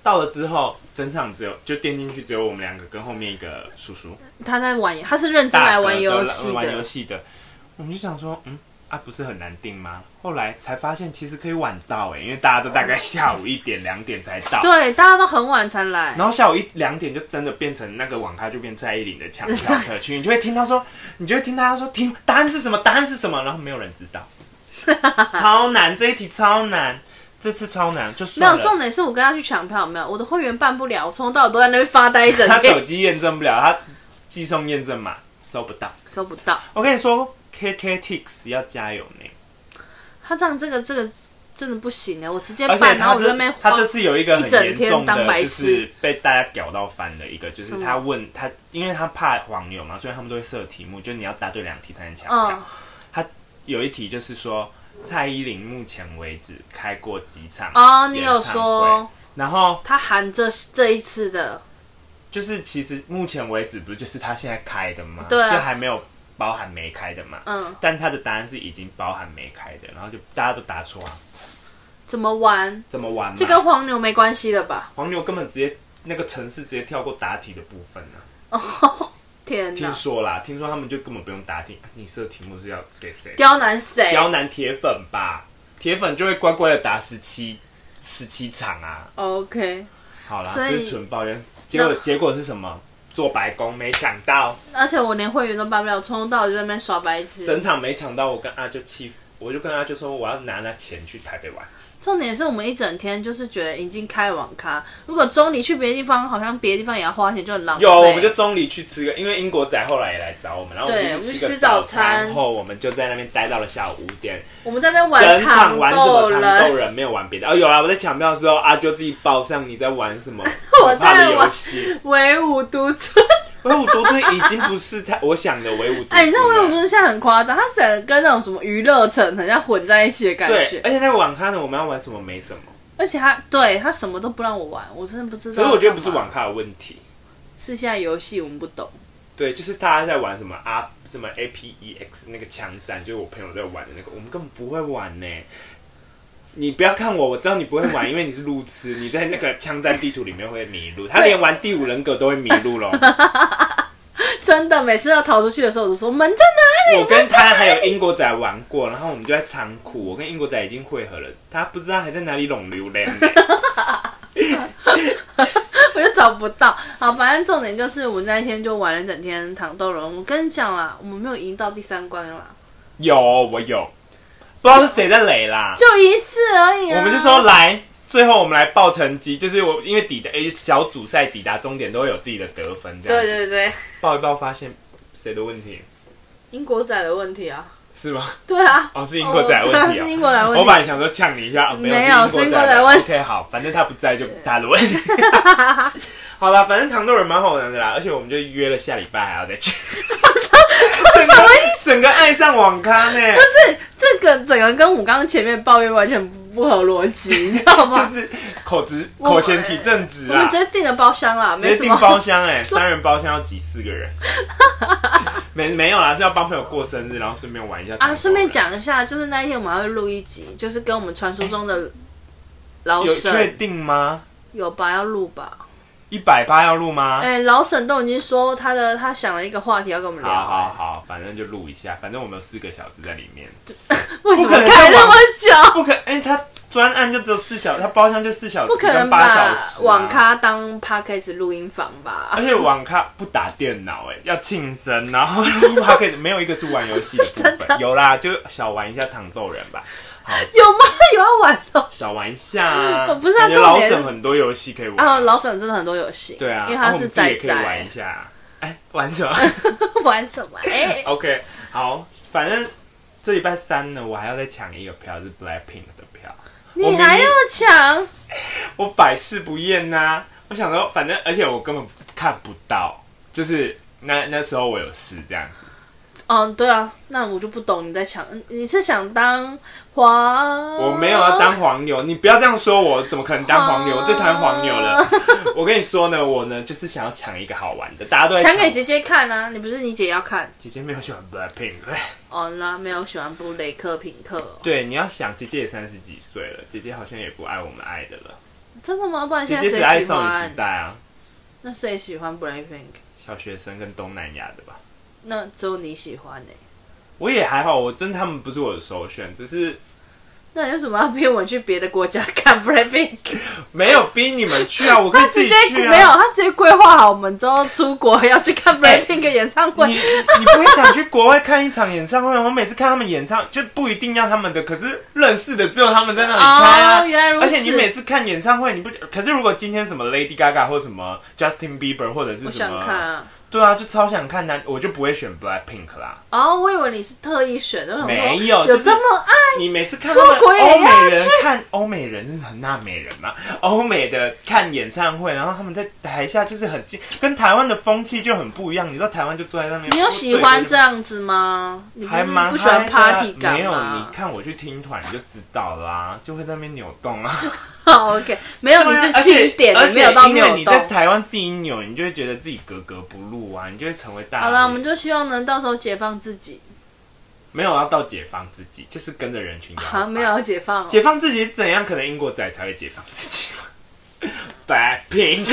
Speaker 1: 到了之后，整场只有就电进去只有我们两个跟后面一个叔叔
Speaker 2: 他在玩，他是认真
Speaker 1: 大
Speaker 2: 来
Speaker 1: 哥
Speaker 2: 玩
Speaker 1: 都
Speaker 2: 游戏
Speaker 1: 玩游
Speaker 2: 的，
Speaker 1: 戏的，我们就想说，嗯。啊，不是很难定吗？后来才发现其实可以晚到哎、因为大家都大概下午一点、两点才到。
Speaker 2: 对，大家都很晚才来。
Speaker 1: 然后下午一两点就真的变成那个网咖，就变蔡依林的抢票特区，你就会听到说，你就会听大家说，听答案是什么，答案是什么，然后没有人知道，超难，这一题超难，这次超难，就
Speaker 2: 没
Speaker 1: 算
Speaker 2: 有，
Speaker 1: 了。
Speaker 2: 重点是我跟他去抢票，没有，我的会员办不了，我从头到尾都在那边发呆一哎 整
Speaker 1: 他手
Speaker 2: 天，
Speaker 1: 机验证不了，他寄送验证码收不到。
Speaker 2: 收不到。
Speaker 1: 我跟你说，KKTix 要加油呢，
Speaker 2: 他这样这个这个真的不行欸呢，我直接
Speaker 1: 而
Speaker 2: 办，
Speaker 1: 且
Speaker 2: 然
Speaker 1: 他
Speaker 2: 后我在那
Speaker 1: 这
Speaker 2: 边
Speaker 1: 他
Speaker 2: 晃
Speaker 1: 这次有一个
Speaker 2: 一
Speaker 1: 很
Speaker 2: 整
Speaker 1: 严
Speaker 2: 天
Speaker 1: 重
Speaker 2: 当白
Speaker 1: 的，
Speaker 2: 痴
Speaker 1: 就是被大家屌到翻的一个，就
Speaker 2: 什
Speaker 1: 是
Speaker 2: 么
Speaker 1: 他问他，因为他怕网友嘛，所以他们都会设题目，就你要答对两题才能抢票。
Speaker 2: 嗯，
Speaker 1: 有一题就是说，蔡依林目前为止开过几场
Speaker 2: 哦，你
Speaker 1: 演唱
Speaker 2: 有
Speaker 1: 会
Speaker 2: 说，
Speaker 1: 然后
Speaker 2: 他含着这一次的，
Speaker 1: 就是其实目前为止不就是她现在开的吗？
Speaker 2: 对啊
Speaker 1: 就还没有包含没开的嘛。
Speaker 2: 嗯，
Speaker 1: 但他的答案是已经包含没开的，然后就大家都答错啊，
Speaker 2: 怎么玩？
Speaker 1: 怎么玩嘛？
Speaker 2: 这跟黄牛没关系的吧？
Speaker 1: 黄牛根本直接那个城市直接跳过答题的部分啊。
Speaker 2: 哦，天
Speaker 1: 听
Speaker 2: 哪，
Speaker 1: 说啦，听说他们就根本不用答题，你设题目是要给谁？
Speaker 2: 刁难谁？
Speaker 1: 刁难铁粉吧，铁粉就会乖乖的答十七十七场啊。
Speaker 2: OK，
Speaker 1: 好啦，
Speaker 2: 所以
Speaker 1: 这是纯抱怨。结果结果是什么？做白工没抢到，
Speaker 2: 而且我连会员都办不了，从头到尾就在那边耍白痴。
Speaker 1: 整场没抢到，我跟阿就气，我就跟阿就说我要拿那钱去台北玩。
Speaker 2: 重点是我们一整天就是觉得已经开网咖，如果中离去别的地方，好像别的地方也要花钱，就很浪费。
Speaker 1: 有，啊我们就中离去吃个，因为英国仔后来也来找我们，然后我
Speaker 2: 对
Speaker 1: 们就去
Speaker 2: 我们去
Speaker 1: 吃
Speaker 2: 吃
Speaker 1: 个
Speaker 2: 早
Speaker 1: 早
Speaker 2: 餐
Speaker 1: 餐后，我们就在那边待到了下午五点，
Speaker 2: 我们在那边
Speaker 1: 整
Speaker 2: 糖
Speaker 1: 场玩什
Speaker 2: 豆
Speaker 1: 么糖
Speaker 2: 人，
Speaker 1: 豆人，没有玩别的。哦，有啦，我在抢票的时候，阿啊就自己报上你在玩什么
Speaker 2: 我
Speaker 1: 可怕
Speaker 2: 在
Speaker 1: 的
Speaker 2: 玩
Speaker 1: 游戏。
Speaker 2: 唯舞独尊。
Speaker 1: 唯舞独尊已经不是他我想的唯舞独尊了。
Speaker 2: 哎，你知道唯舞独尊现在很夸张，它整个跟那种什么娱乐城很像混在一起的感
Speaker 1: 对，
Speaker 2: 觉，
Speaker 1: 而且那个网咖呢，我们要玩什么没什么。
Speaker 2: 而且它对它什么都不让我玩，我真的不知道。
Speaker 1: 可是我觉得不是，网咖的问题，
Speaker 2: 是现在游戏我们不懂。
Speaker 1: 对，就是大家在玩什么啊，什么 A P E X 那个枪战，就是我朋友在玩的那个，我们根本不会玩呢。你不要看我，我知道你不会玩，因为你是路痴，你在那个枪战地图里面会迷路，他连玩第五人格都会迷路咯。
Speaker 2: 真的，每次要逃出去的时候，我就说门在哪
Speaker 1: 我跟他还有英国仔玩过，然后我们就在仓库，我跟英国仔已经汇合了，他不知道还在哪里拢榴莲呢。
Speaker 2: 我就找不 到。好，反正重点就是我们那一天就玩了整天糖豆人。我跟你讲啦，我们没有赢到第三关啦，
Speaker 1: 有，我有，不知道是谁在雷啦。
Speaker 2: 就一次而已、啊。
Speaker 1: 我们就说来，最后我们来报成绩，就是我因为抵达诶小组赛抵达终点都会有自己的得分，这样
Speaker 2: 对
Speaker 1: 子
Speaker 2: 对对，
Speaker 1: 报一报发现谁的问题
Speaker 2: 英国仔的问题啊，
Speaker 1: 是吗？
Speaker 2: 对啊，
Speaker 1: 哦，是英国仔的
Speaker 2: 对啊
Speaker 1: 问题
Speaker 2: 是
Speaker 1: 啊。
Speaker 2: 英国仔的问
Speaker 1: 我
Speaker 2: 题。
Speaker 1: 本来想说呛你一下，哦
Speaker 2: 没有
Speaker 1: 有
Speaker 2: 是
Speaker 1: 是
Speaker 2: 英
Speaker 1: 英
Speaker 2: 国
Speaker 1: 国仔
Speaker 2: 仔的
Speaker 1: 的
Speaker 2: 问题
Speaker 1: OK，好，反正他不在就他的 问题。好啦，反正糖豆人蛮好玩的啦，而且我们就约了下礼拜还要再 去。整个整个爱上网咖呢，
Speaker 2: 不是这个整个跟我刚刚前面抱怨完全不合逻辑，你知道吗？
Speaker 1: 就是啊口直
Speaker 2: 我
Speaker 1: 口嫌体正直
Speaker 2: 我
Speaker 1: 啦
Speaker 2: 们直。接订了包厢啦，
Speaker 1: 直
Speaker 2: 没
Speaker 1: 接
Speaker 2: 什
Speaker 1: 订
Speaker 2: 么好
Speaker 1: 包厢哎、
Speaker 2: 说
Speaker 1: 三人包厢要挤四个 人，没没有啦，是要帮朋友过生日，然后顺便玩一下
Speaker 2: 啊，顺便，讲一下，就是那一天我们还会录一集，就是跟我们传说中的老
Speaker 1: 有确
Speaker 2: 沈
Speaker 1: 定吗？
Speaker 2: 有吧，要录吧。
Speaker 1: 一百八要录吗？
Speaker 2: 哎、老沈都已经说他的，他想了一个话题要跟我们聊、
Speaker 1: 好好好，反正就录一下，反正我们有四个小时在里面，
Speaker 2: 哎为什么
Speaker 1: 不可能
Speaker 2: 开那么久？
Speaker 1: 不可哎、他专案就只有四小时，他包厢就四小时，
Speaker 2: 不可能
Speaker 1: 八小
Speaker 2: 把
Speaker 1: 时、啊
Speaker 2: 网，咖当 podcast 录音房吧
Speaker 1: 而？且网咖不打电脑哎、要庆生，然后 他可以没有一个是玩游戏的部 分，有啦，就小玩一下糖豆人吧。
Speaker 2: 有吗？有要玩哦。
Speaker 1: 小玩一下、啊，
Speaker 2: 不是啊
Speaker 1: 感觉老
Speaker 2: 重点是
Speaker 1: 沈很多游戏可以玩
Speaker 2: 啊，老沈真的很多游戏，
Speaker 1: 对啊，
Speaker 2: 因为他
Speaker 1: 然后我
Speaker 2: 是
Speaker 1: 们自己
Speaker 2: 仔
Speaker 1: 也可以玩
Speaker 2: 仔
Speaker 1: 一，下。哎，玩 什么
Speaker 2: 玩什么？哎、
Speaker 1: ？OK，好，反正这礼拜三呢，我还要再抢一个票，是 Blackpink 的票。我
Speaker 2: 你
Speaker 1: 明
Speaker 2: 还
Speaker 1: 明
Speaker 2: 要抢？
Speaker 1: 我百试不厌呐、我想说，反正而且我根本看不到，就是那那时候我有事这样子。
Speaker 2: 嗯，对啊，那我就不懂你在想，你是想当黄？
Speaker 1: 我没有要当黄牛，你不要这样说我，怎么可能当黄
Speaker 2: 哦
Speaker 1: 牛？我最讨厌黄牛 了。我跟你说呢，我呢就是想要抢一个好玩的，大家都在
Speaker 2: 抢给
Speaker 1: 姐
Speaker 2: 姐姐看啊！你不是你姐要看
Speaker 1: 姐姐没有喜欢 Blackpink，
Speaker 2: 哦？那没有喜欢布雷克品克、哦，
Speaker 1: 对，你要想姐姐也三十几岁了，姐姐好像也不爱我们爱的了，
Speaker 2: 真的吗？不然
Speaker 1: 姐
Speaker 2: 现在
Speaker 1: 姐只爱
Speaker 2: 谁喜
Speaker 1: 少女时
Speaker 2: 欢？
Speaker 1: 代啊，
Speaker 2: 那谁喜欢 Blackpink？
Speaker 1: 小学生跟东南亚的吧。
Speaker 2: 那只有你喜欢欸呢、
Speaker 1: 我也还好，我真的他们不是我的首选，只是
Speaker 2: 那你为什么要逼我去别的国家看 Blackpink？
Speaker 1: 没有逼你们去啊，我可以
Speaker 2: 他
Speaker 1: 自
Speaker 2: 直
Speaker 1: 己
Speaker 2: 接
Speaker 1: 去啊。
Speaker 2: 没有，他直接规划好我们之后出国要去 看哎 Blackpink 演唱会。
Speaker 1: 你你不会想去国外看一场演唱会吗？我每次看他们演唱就不一定要他们的，可是认识的只有他们在那里猜啊。
Speaker 2: 哦原来如此
Speaker 1: 而且你每次看演唱会，你不可是如果今天什么 Lady Gaga 或什么 Justin Bieber 或者是
Speaker 2: 我
Speaker 1: 什么，
Speaker 2: 想看啊。
Speaker 1: 对啊，就超想看的，我就不会选 Blackpink 啦。
Speaker 2: 哦，我以为你是特意选的，我想说
Speaker 1: 没有
Speaker 2: 有
Speaker 1: 就是
Speaker 2: 这么爱
Speaker 1: 你每次看他们
Speaker 2: 出国也要
Speaker 1: 欧美人看欧美人是很纳美人嘛，欧美的看演唱会，然后他们在台下就是很近，跟台湾的风气就很不一样。你知道台湾就坐在那边，哦
Speaker 2: 你有喜欢这样子吗？你不
Speaker 1: 还
Speaker 2: 是
Speaker 1: 蛮
Speaker 2: 不喜欢
Speaker 1: 嗨的啊
Speaker 2: party 感
Speaker 1: 没有，你
Speaker 2: 吗
Speaker 1: 看我去听团你就知道啦、就会在那边扭动啊。
Speaker 2: 好，OK，没 有，你是
Speaker 1: 而
Speaker 2: 庆典，
Speaker 1: 且
Speaker 2: 你没有到
Speaker 1: 而且因为
Speaker 2: 扭
Speaker 1: 你在
Speaker 2: 动。
Speaker 1: 台湾自己扭，你就会觉得自己格格不入啊，你就会成为大人。
Speaker 2: 好了，我们就希望能到时候解放自己。
Speaker 1: 没有要到解放自己，就是跟着人群摇摆
Speaker 2: 好，没有要解放哦、
Speaker 1: 解放自己是怎样？可能英国仔才会解放自己。Blackpink，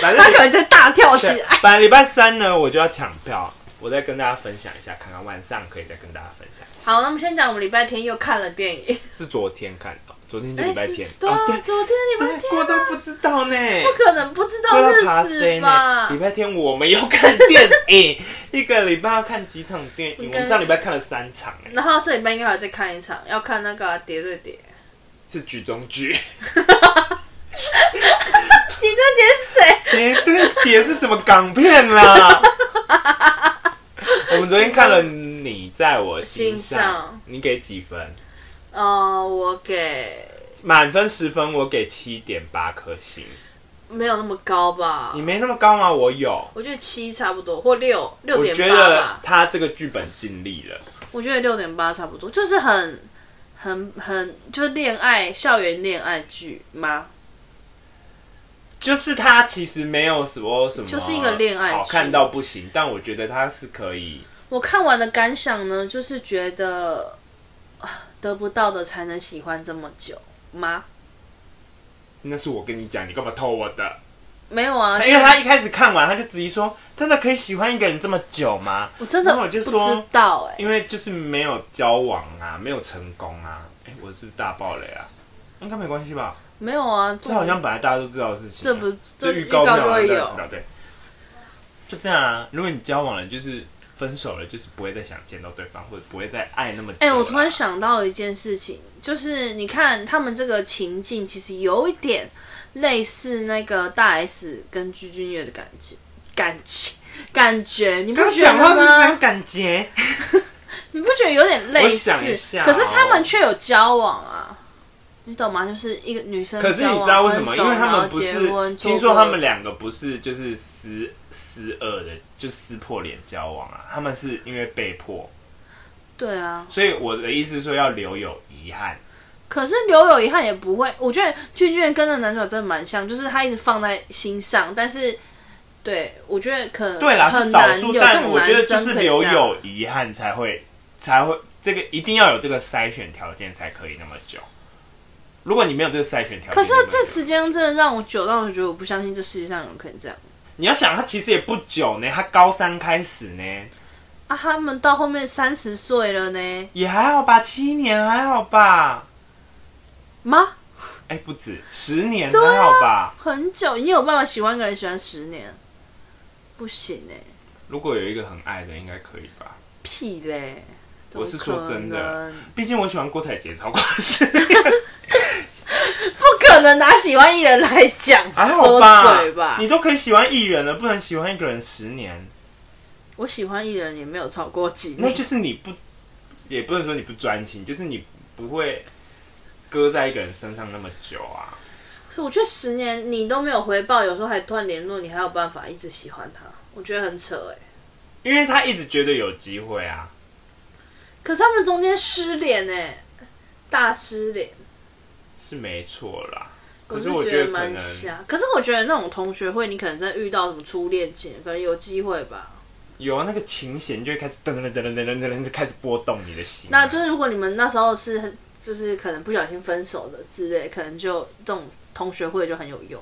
Speaker 1: 反 正
Speaker 2: 他可能在大跳起
Speaker 1: 对
Speaker 2: 来。，
Speaker 1: 本来礼拜三呢我就要抢票，我再跟大家分享一下，看看晚上可以再跟大家分享。
Speaker 2: 好，那我们先讲我们礼拜天又看了电影。
Speaker 1: 是昨天看的，昨天就礼拜天
Speaker 2: 哎，对啊，
Speaker 1: 哦对
Speaker 2: 昨天礼拜
Speaker 1: 对，
Speaker 2: 天啊
Speaker 1: 过都不知道呢，
Speaker 2: 不可能不知道
Speaker 1: 过
Speaker 2: 日
Speaker 1: 到爬
Speaker 2: 子
Speaker 1: 山呢
Speaker 2: 吧？。
Speaker 1: 礼拜天我们要看电 影，一个礼拜要看几场电影？
Speaker 2: 应
Speaker 1: 我
Speaker 2: 该
Speaker 1: 们上礼拜看了三场，哎，
Speaker 2: 然后这礼拜应该还再看一场，要看那个啊叠对叠。你
Speaker 1: 是剧中剧。
Speaker 2: 这叠谁？
Speaker 1: 叠哎对叠是什么港片 啦？我们昨天看了《你在我心上》
Speaker 2: 心上
Speaker 1: 你给几分？
Speaker 2: 哦，我给
Speaker 1: 满分十分，我给七点八颗星。
Speaker 2: 没有那么高吧
Speaker 1: 你？没那么高吗？我有，
Speaker 2: 我觉得七差不多，或六六
Speaker 1: 我
Speaker 2: 点
Speaker 1: 觉
Speaker 2: 八
Speaker 1: 得
Speaker 2: 吧。
Speaker 1: 他这个剧本尽力了。
Speaker 2: 我觉得六点八差不多，就是很很很就是恋爱校园恋爱剧吗？
Speaker 1: 就是他其实没有什么什么，
Speaker 2: 就是一个恋爱剧
Speaker 1: 好看到不行，但我觉得他是可以。
Speaker 2: 我看完的感想呢，就是觉得啊得不到的才能喜欢这么久吗？
Speaker 1: 那是我跟你讲，你干嘛偷我的？
Speaker 2: 没有啊，
Speaker 1: 因为他一开始看完，他就质疑说：“真的可以喜欢一个人这么久吗
Speaker 2: 我真的
Speaker 1: 那我就
Speaker 2: 不
Speaker 1: 说
Speaker 2: 知道？”哎、
Speaker 1: 因为就是没有交往啊，没有成功啊。哎、我是不是大爆雷啊？应该没关系吧？
Speaker 2: 没有啊，
Speaker 1: 这好像本来大家都知道的事情啊、
Speaker 2: 这不这
Speaker 1: 这
Speaker 2: 预
Speaker 1: 预
Speaker 2: 告
Speaker 1: 告
Speaker 2: 就会有
Speaker 1: 知，道对。就这样啊，如果你交往了，就是分手了，就是不会再想见到对方，或者不会再爱那么久。啊
Speaker 2: 哎、我突然，想到一件事情，就是你看他们这个情境，其实有一点类似那个大 S 跟鞠婧祎的感觉，感情感觉，你不
Speaker 1: 刚
Speaker 2: 觉得
Speaker 1: 讲话是这
Speaker 2: 吗
Speaker 1: 样？感觉。
Speaker 2: 你不觉得有点类似
Speaker 1: 我想一？下哦
Speaker 2: 可是他们却有交往啊，你懂吗？就是一个女生交
Speaker 1: 可
Speaker 2: 往，
Speaker 1: 是你知道为什么？
Speaker 2: 分手
Speaker 1: 因为他
Speaker 2: 然后
Speaker 1: 们不
Speaker 2: 结
Speaker 1: 是
Speaker 2: 婚
Speaker 1: 听说他们
Speaker 2: 俩
Speaker 1: 两个不是就是撕撕恶的，就撕破脸交往啊，他们是因为被迫。
Speaker 2: 对啊，
Speaker 1: 所以我的意思是说要留有遗憾。
Speaker 2: 可是留有遗憾也不会，我觉得具俊跟那男主角真的蛮像，就是他一直放在心上，但是对我觉得可能
Speaker 1: 对啦，是
Speaker 2: 很
Speaker 1: 少
Speaker 2: 难
Speaker 1: 数
Speaker 2: 有，这
Speaker 1: 但
Speaker 2: 种
Speaker 1: 我觉
Speaker 2: 男
Speaker 1: 得就
Speaker 2: 生
Speaker 1: 是
Speaker 2: 可以这
Speaker 1: 留
Speaker 2: 样
Speaker 1: 有遗憾才会才会这个一定要有这个筛选条件才可以那么久。如果你没有这个筛选条件，
Speaker 2: 可是啊
Speaker 1: 就没有
Speaker 2: 这时间真的让我久到我觉得我不相信这世界上有人可以这样
Speaker 1: 你要想，他其实也不久呢，他高三开始呢，
Speaker 2: 啊！他们到后面三十岁了呢
Speaker 1: 也还好吧，七年还好吧，
Speaker 2: 吗？
Speaker 1: 哎、不止十年
Speaker 2: 对啊
Speaker 1: 还好吧。
Speaker 2: 很久，你有办法喜欢一个人喜欢十年？不行哎、
Speaker 1: 如果有一个很爱的，应该可以吧。
Speaker 2: 屁嘞！怎么
Speaker 1: 我是说真的
Speaker 2: 可能，
Speaker 1: 毕竟我喜欢郭采洁 超过十年，
Speaker 2: 不可能拿喜欢艺人来讲
Speaker 1: 还
Speaker 2: 说
Speaker 1: 啊好吧
Speaker 2: 嘴吧
Speaker 1: 你。都可以喜欢艺人了，不能喜欢一个人十年。
Speaker 2: 我喜欢艺人也没有超过几
Speaker 1: 那
Speaker 2: 年，
Speaker 1: 就是你不，也不能说你不专情，就是你不会搁在一个人身上那么久啊。
Speaker 2: 我觉得十年你都没有回报，有时候还突然联络，你还有办法一直喜欢他，我觉得很扯哎、
Speaker 1: 因为他一直觉得有机会啊。
Speaker 2: 可是他们中间失联哎，大失联。
Speaker 1: 是没错啦。
Speaker 2: 我
Speaker 1: 可
Speaker 2: 是
Speaker 1: 是我
Speaker 2: 觉
Speaker 1: 可
Speaker 2: 蛮
Speaker 1: 能
Speaker 2: 瞎，可是我觉得那种同学会，你可能在遇到什么初恋情，可能有机会吧。
Speaker 1: 有啊那个琴弦就会开始噔噔噔噔噔噔噔噔就开始波动你的心啊、
Speaker 2: 那就是如果你们那时候是很就是可能不小心分手的之类，可能就这种同学会就很有用。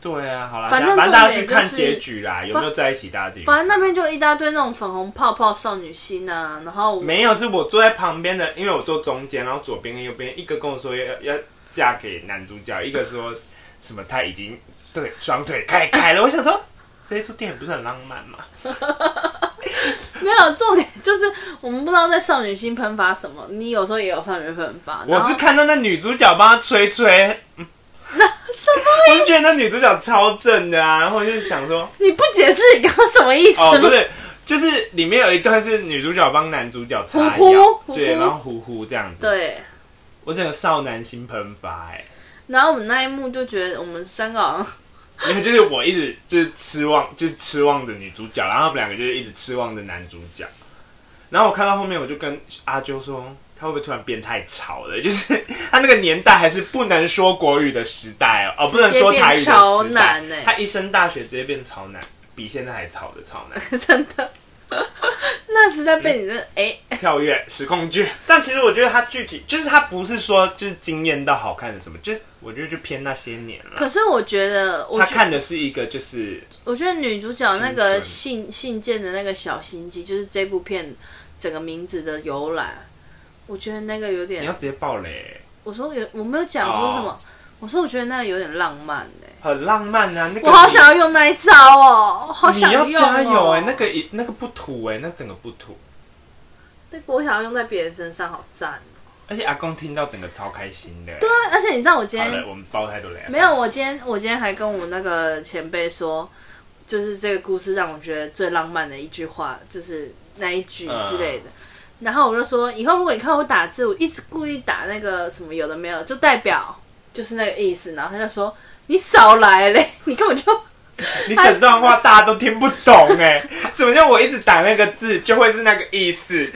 Speaker 1: 对啊，好啦，
Speaker 2: 反正
Speaker 1: 大家大家去
Speaker 2: 重点
Speaker 1: 看
Speaker 2: 就是
Speaker 1: 结局啦，有没有在一起？大家自己去
Speaker 2: 反正那边就一大堆那种粉红泡泡少女心啊，然后
Speaker 1: 没有，是我坐在旁边的，因为我坐中间，然后左边跟右边，一个跟我说要要嫁给男主角，一个说什么他已经对双腿开开了。我想说，这一出电影不是很浪漫吗？
Speaker 2: 没有重点就是我们不知道在少女心喷发什么，你有时候也有少女喷发。
Speaker 1: 我
Speaker 2: 然后
Speaker 1: 是看到那女主角帮他吹吹，嗯，
Speaker 2: 什
Speaker 1: 我是觉得那女主角超正的啊，然后我就想说，
Speaker 2: 你不解释你刚刚什么意思
Speaker 1: 哦，不
Speaker 2: 吗？
Speaker 1: 是，就是里面有一段是女主角帮男主角擦
Speaker 2: 呼
Speaker 1: 药，
Speaker 2: 呼
Speaker 1: 对，
Speaker 2: 呼呼
Speaker 1: 然后呼呼这样子，，
Speaker 2: 对，
Speaker 1: 我整个少男心喷发、哎。
Speaker 2: 然后我们那一幕就觉得我们三个好像
Speaker 1: 因为就是我一直就是痴望，就是痴望着女主角，然后他们两个就是一直痴望着男主角。然后我看到后面，我就跟阿啾说，他会不会突然变太吵了？就是 他那个年代还是不能说国语的时代哦，哦不能说台语
Speaker 2: 直接变超
Speaker 1: 的时代
Speaker 2: 难欸。
Speaker 1: 他一升大学直接变超难，比现在还吵的超难。
Speaker 2: 真的， 那实在被你这哎、
Speaker 1: 跳跃时空剧，但其实我觉得他剧情就是他不是说就是惊艳到好看的什么，就是我觉得就偏那些年了。
Speaker 2: 可是我觉得，我
Speaker 1: 他
Speaker 2: 觉
Speaker 1: 看的是一个就是
Speaker 2: 我觉得女主角那个
Speaker 1: 青
Speaker 2: 信信件的那个小心机，就是这部片整个名字的由来。我觉得那个有
Speaker 1: 你要
Speaker 2: 点，
Speaker 1: 直接爆雷欸、
Speaker 2: 我说有我没有讲说什么，
Speaker 1: 哦
Speaker 2: 我说我觉得那个有点浪漫哎、
Speaker 1: 很浪漫啊！那个
Speaker 2: 我好想要用那一招哦，我好
Speaker 1: 你
Speaker 2: 想
Speaker 1: 要
Speaker 2: 用、哦、
Speaker 1: 加油哎、那个一那个不土哎、那整个不土，
Speaker 2: 那个我想要用在别人身上，好赞哦、
Speaker 1: 而且阿公听到整个超开心的、
Speaker 2: 对啊，而且你知道我今
Speaker 1: 好
Speaker 2: 天
Speaker 1: 了，我们包太多雷了。
Speaker 2: 没有，我今天我今天还跟我那个前辈说，就是这个故事让我觉得最浪漫的一句话，就是那一句之类的。
Speaker 1: 嗯
Speaker 2: 然后我就说，以后如果你看我打字，我一直故意打那个什么有的没有，就代表就是那个意思。然后他就说，你少来嘞，你根本就
Speaker 1: 哦你整段话大家都听不懂哎、什么叫我一直打那个字就会是那个意 思？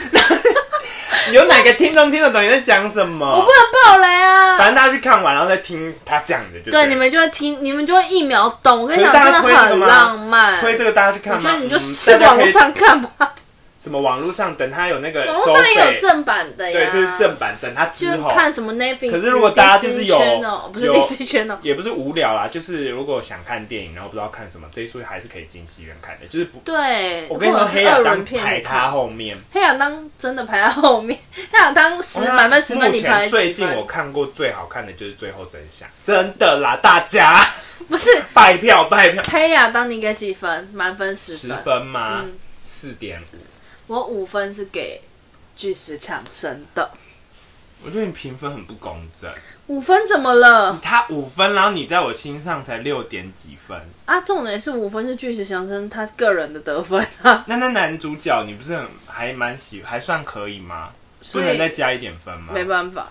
Speaker 1: 有哪个听众听得懂你在讲什
Speaker 2: 我
Speaker 1: 么
Speaker 2: 不？能爆雷啊
Speaker 1: 反。正大家去看完，然后再听他讲的就
Speaker 2: 对，
Speaker 1: 了
Speaker 2: 你们就会听，你们就会一秒懂。我跟你讲，
Speaker 1: 可是
Speaker 2: 真
Speaker 1: 大
Speaker 2: 的
Speaker 1: 家推这个
Speaker 2: 很
Speaker 1: 吗
Speaker 2: 浪漫。
Speaker 1: 推这个大家去看
Speaker 2: 我
Speaker 1: 吗？
Speaker 2: 觉得你就
Speaker 1: 嗯
Speaker 2: 是
Speaker 1: 大家
Speaker 2: 网
Speaker 1: 可
Speaker 2: 络
Speaker 1: 以
Speaker 2: 上看吧，
Speaker 1: 什么网络上等他有那个
Speaker 2: 网
Speaker 1: 收
Speaker 2: 络上也有
Speaker 1: 费，
Speaker 2: 正版的呀。
Speaker 1: 对，就是正版，等他之
Speaker 2: 就
Speaker 1: 后
Speaker 2: 看什么 Netflix，
Speaker 1: 可是如果大家就是有
Speaker 2: Disney Channel，不是
Speaker 1: 有
Speaker 2: DC 圈哦，
Speaker 1: 也不是无聊啦，就是如果想看电影，然后不知道看什么，这一出还是可以进戏院看的。就是不，
Speaker 2: 对，
Speaker 1: 我跟你
Speaker 2: 或
Speaker 1: 说，
Speaker 2: 者是
Speaker 1: 黑亚
Speaker 2: 二
Speaker 1: 当
Speaker 2: 轮片
Speaker 1: 排
Speaker 2: 你看
Speaker 1: 他后面，
Speaker 2: 黑亚当真的排在后面， 黑亚当十
Speaker 1: 哦那
Speaker 2: 满分十分，
Speaker 1: 目
Speaker 2: 你排
Speaker 1: 前最
Speaker 2: 几
Speaker 1: 近我
Speaker 2: 分？
Speaker 1: 看过最好看的就是《最后真相》，真的啦，大家
Speaker 2: 不是
Speaker 1: 拜票拜票，
Speaker 2: 黑亚当，你给几分？满分十
Speaker 1: 十
Speaker 2: 分，
Speaker 1: 分吗
Speaker 2: 嗯？
Speaker 1: 四点五，
Speaker 2: 我五分是给巨石强森的，
Speaker 1: 我对你评分很不公正。
Speaker 2: 五分怎么了？
Speaker 1: 他五分，然后你在我心上才六点几分。
Speaker 2: 啊，重点是五分是巨石强森他个人的得分啊，
Speaker 1: 那那男主角你不是很还蛮喜，还算可以吗？ 不
Speaker 2: 所
Speaker 1: 能
Speaker 2: 以
Speaker 1: 再加一点分吗？
Speaker 2: 没办法。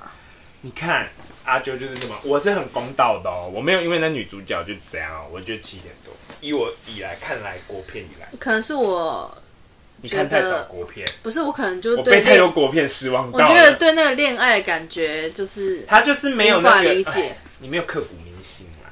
Speaker 1: 你看阿啾就是这么，我是很公道的哦，我没有因为那女主角就怎样哦，我觉得七点多。以我以来看来国片以来，
Speaker 2: 可能是我
Speaker 1: 你看太少国片，
Speaker 2: 不是我，可能就
Speaker 1: 我
Speaker 2: 对
Speaker 1: 被太
Speaker 2: 恋
Speaker 1: 多国片失望
Speaker 2: 我
Speaker 1: 到
Speaker 2: 觉得
Speaker 1: 了。
Speaker 2: 对那个恋爱的感觉就是
Speaker 1: 他就是没有
Speaker 2: 无法
Speaker 1: 那个
Speaker 2: 理解
Speaker 1: 哎。你没有刻骨铭心啊，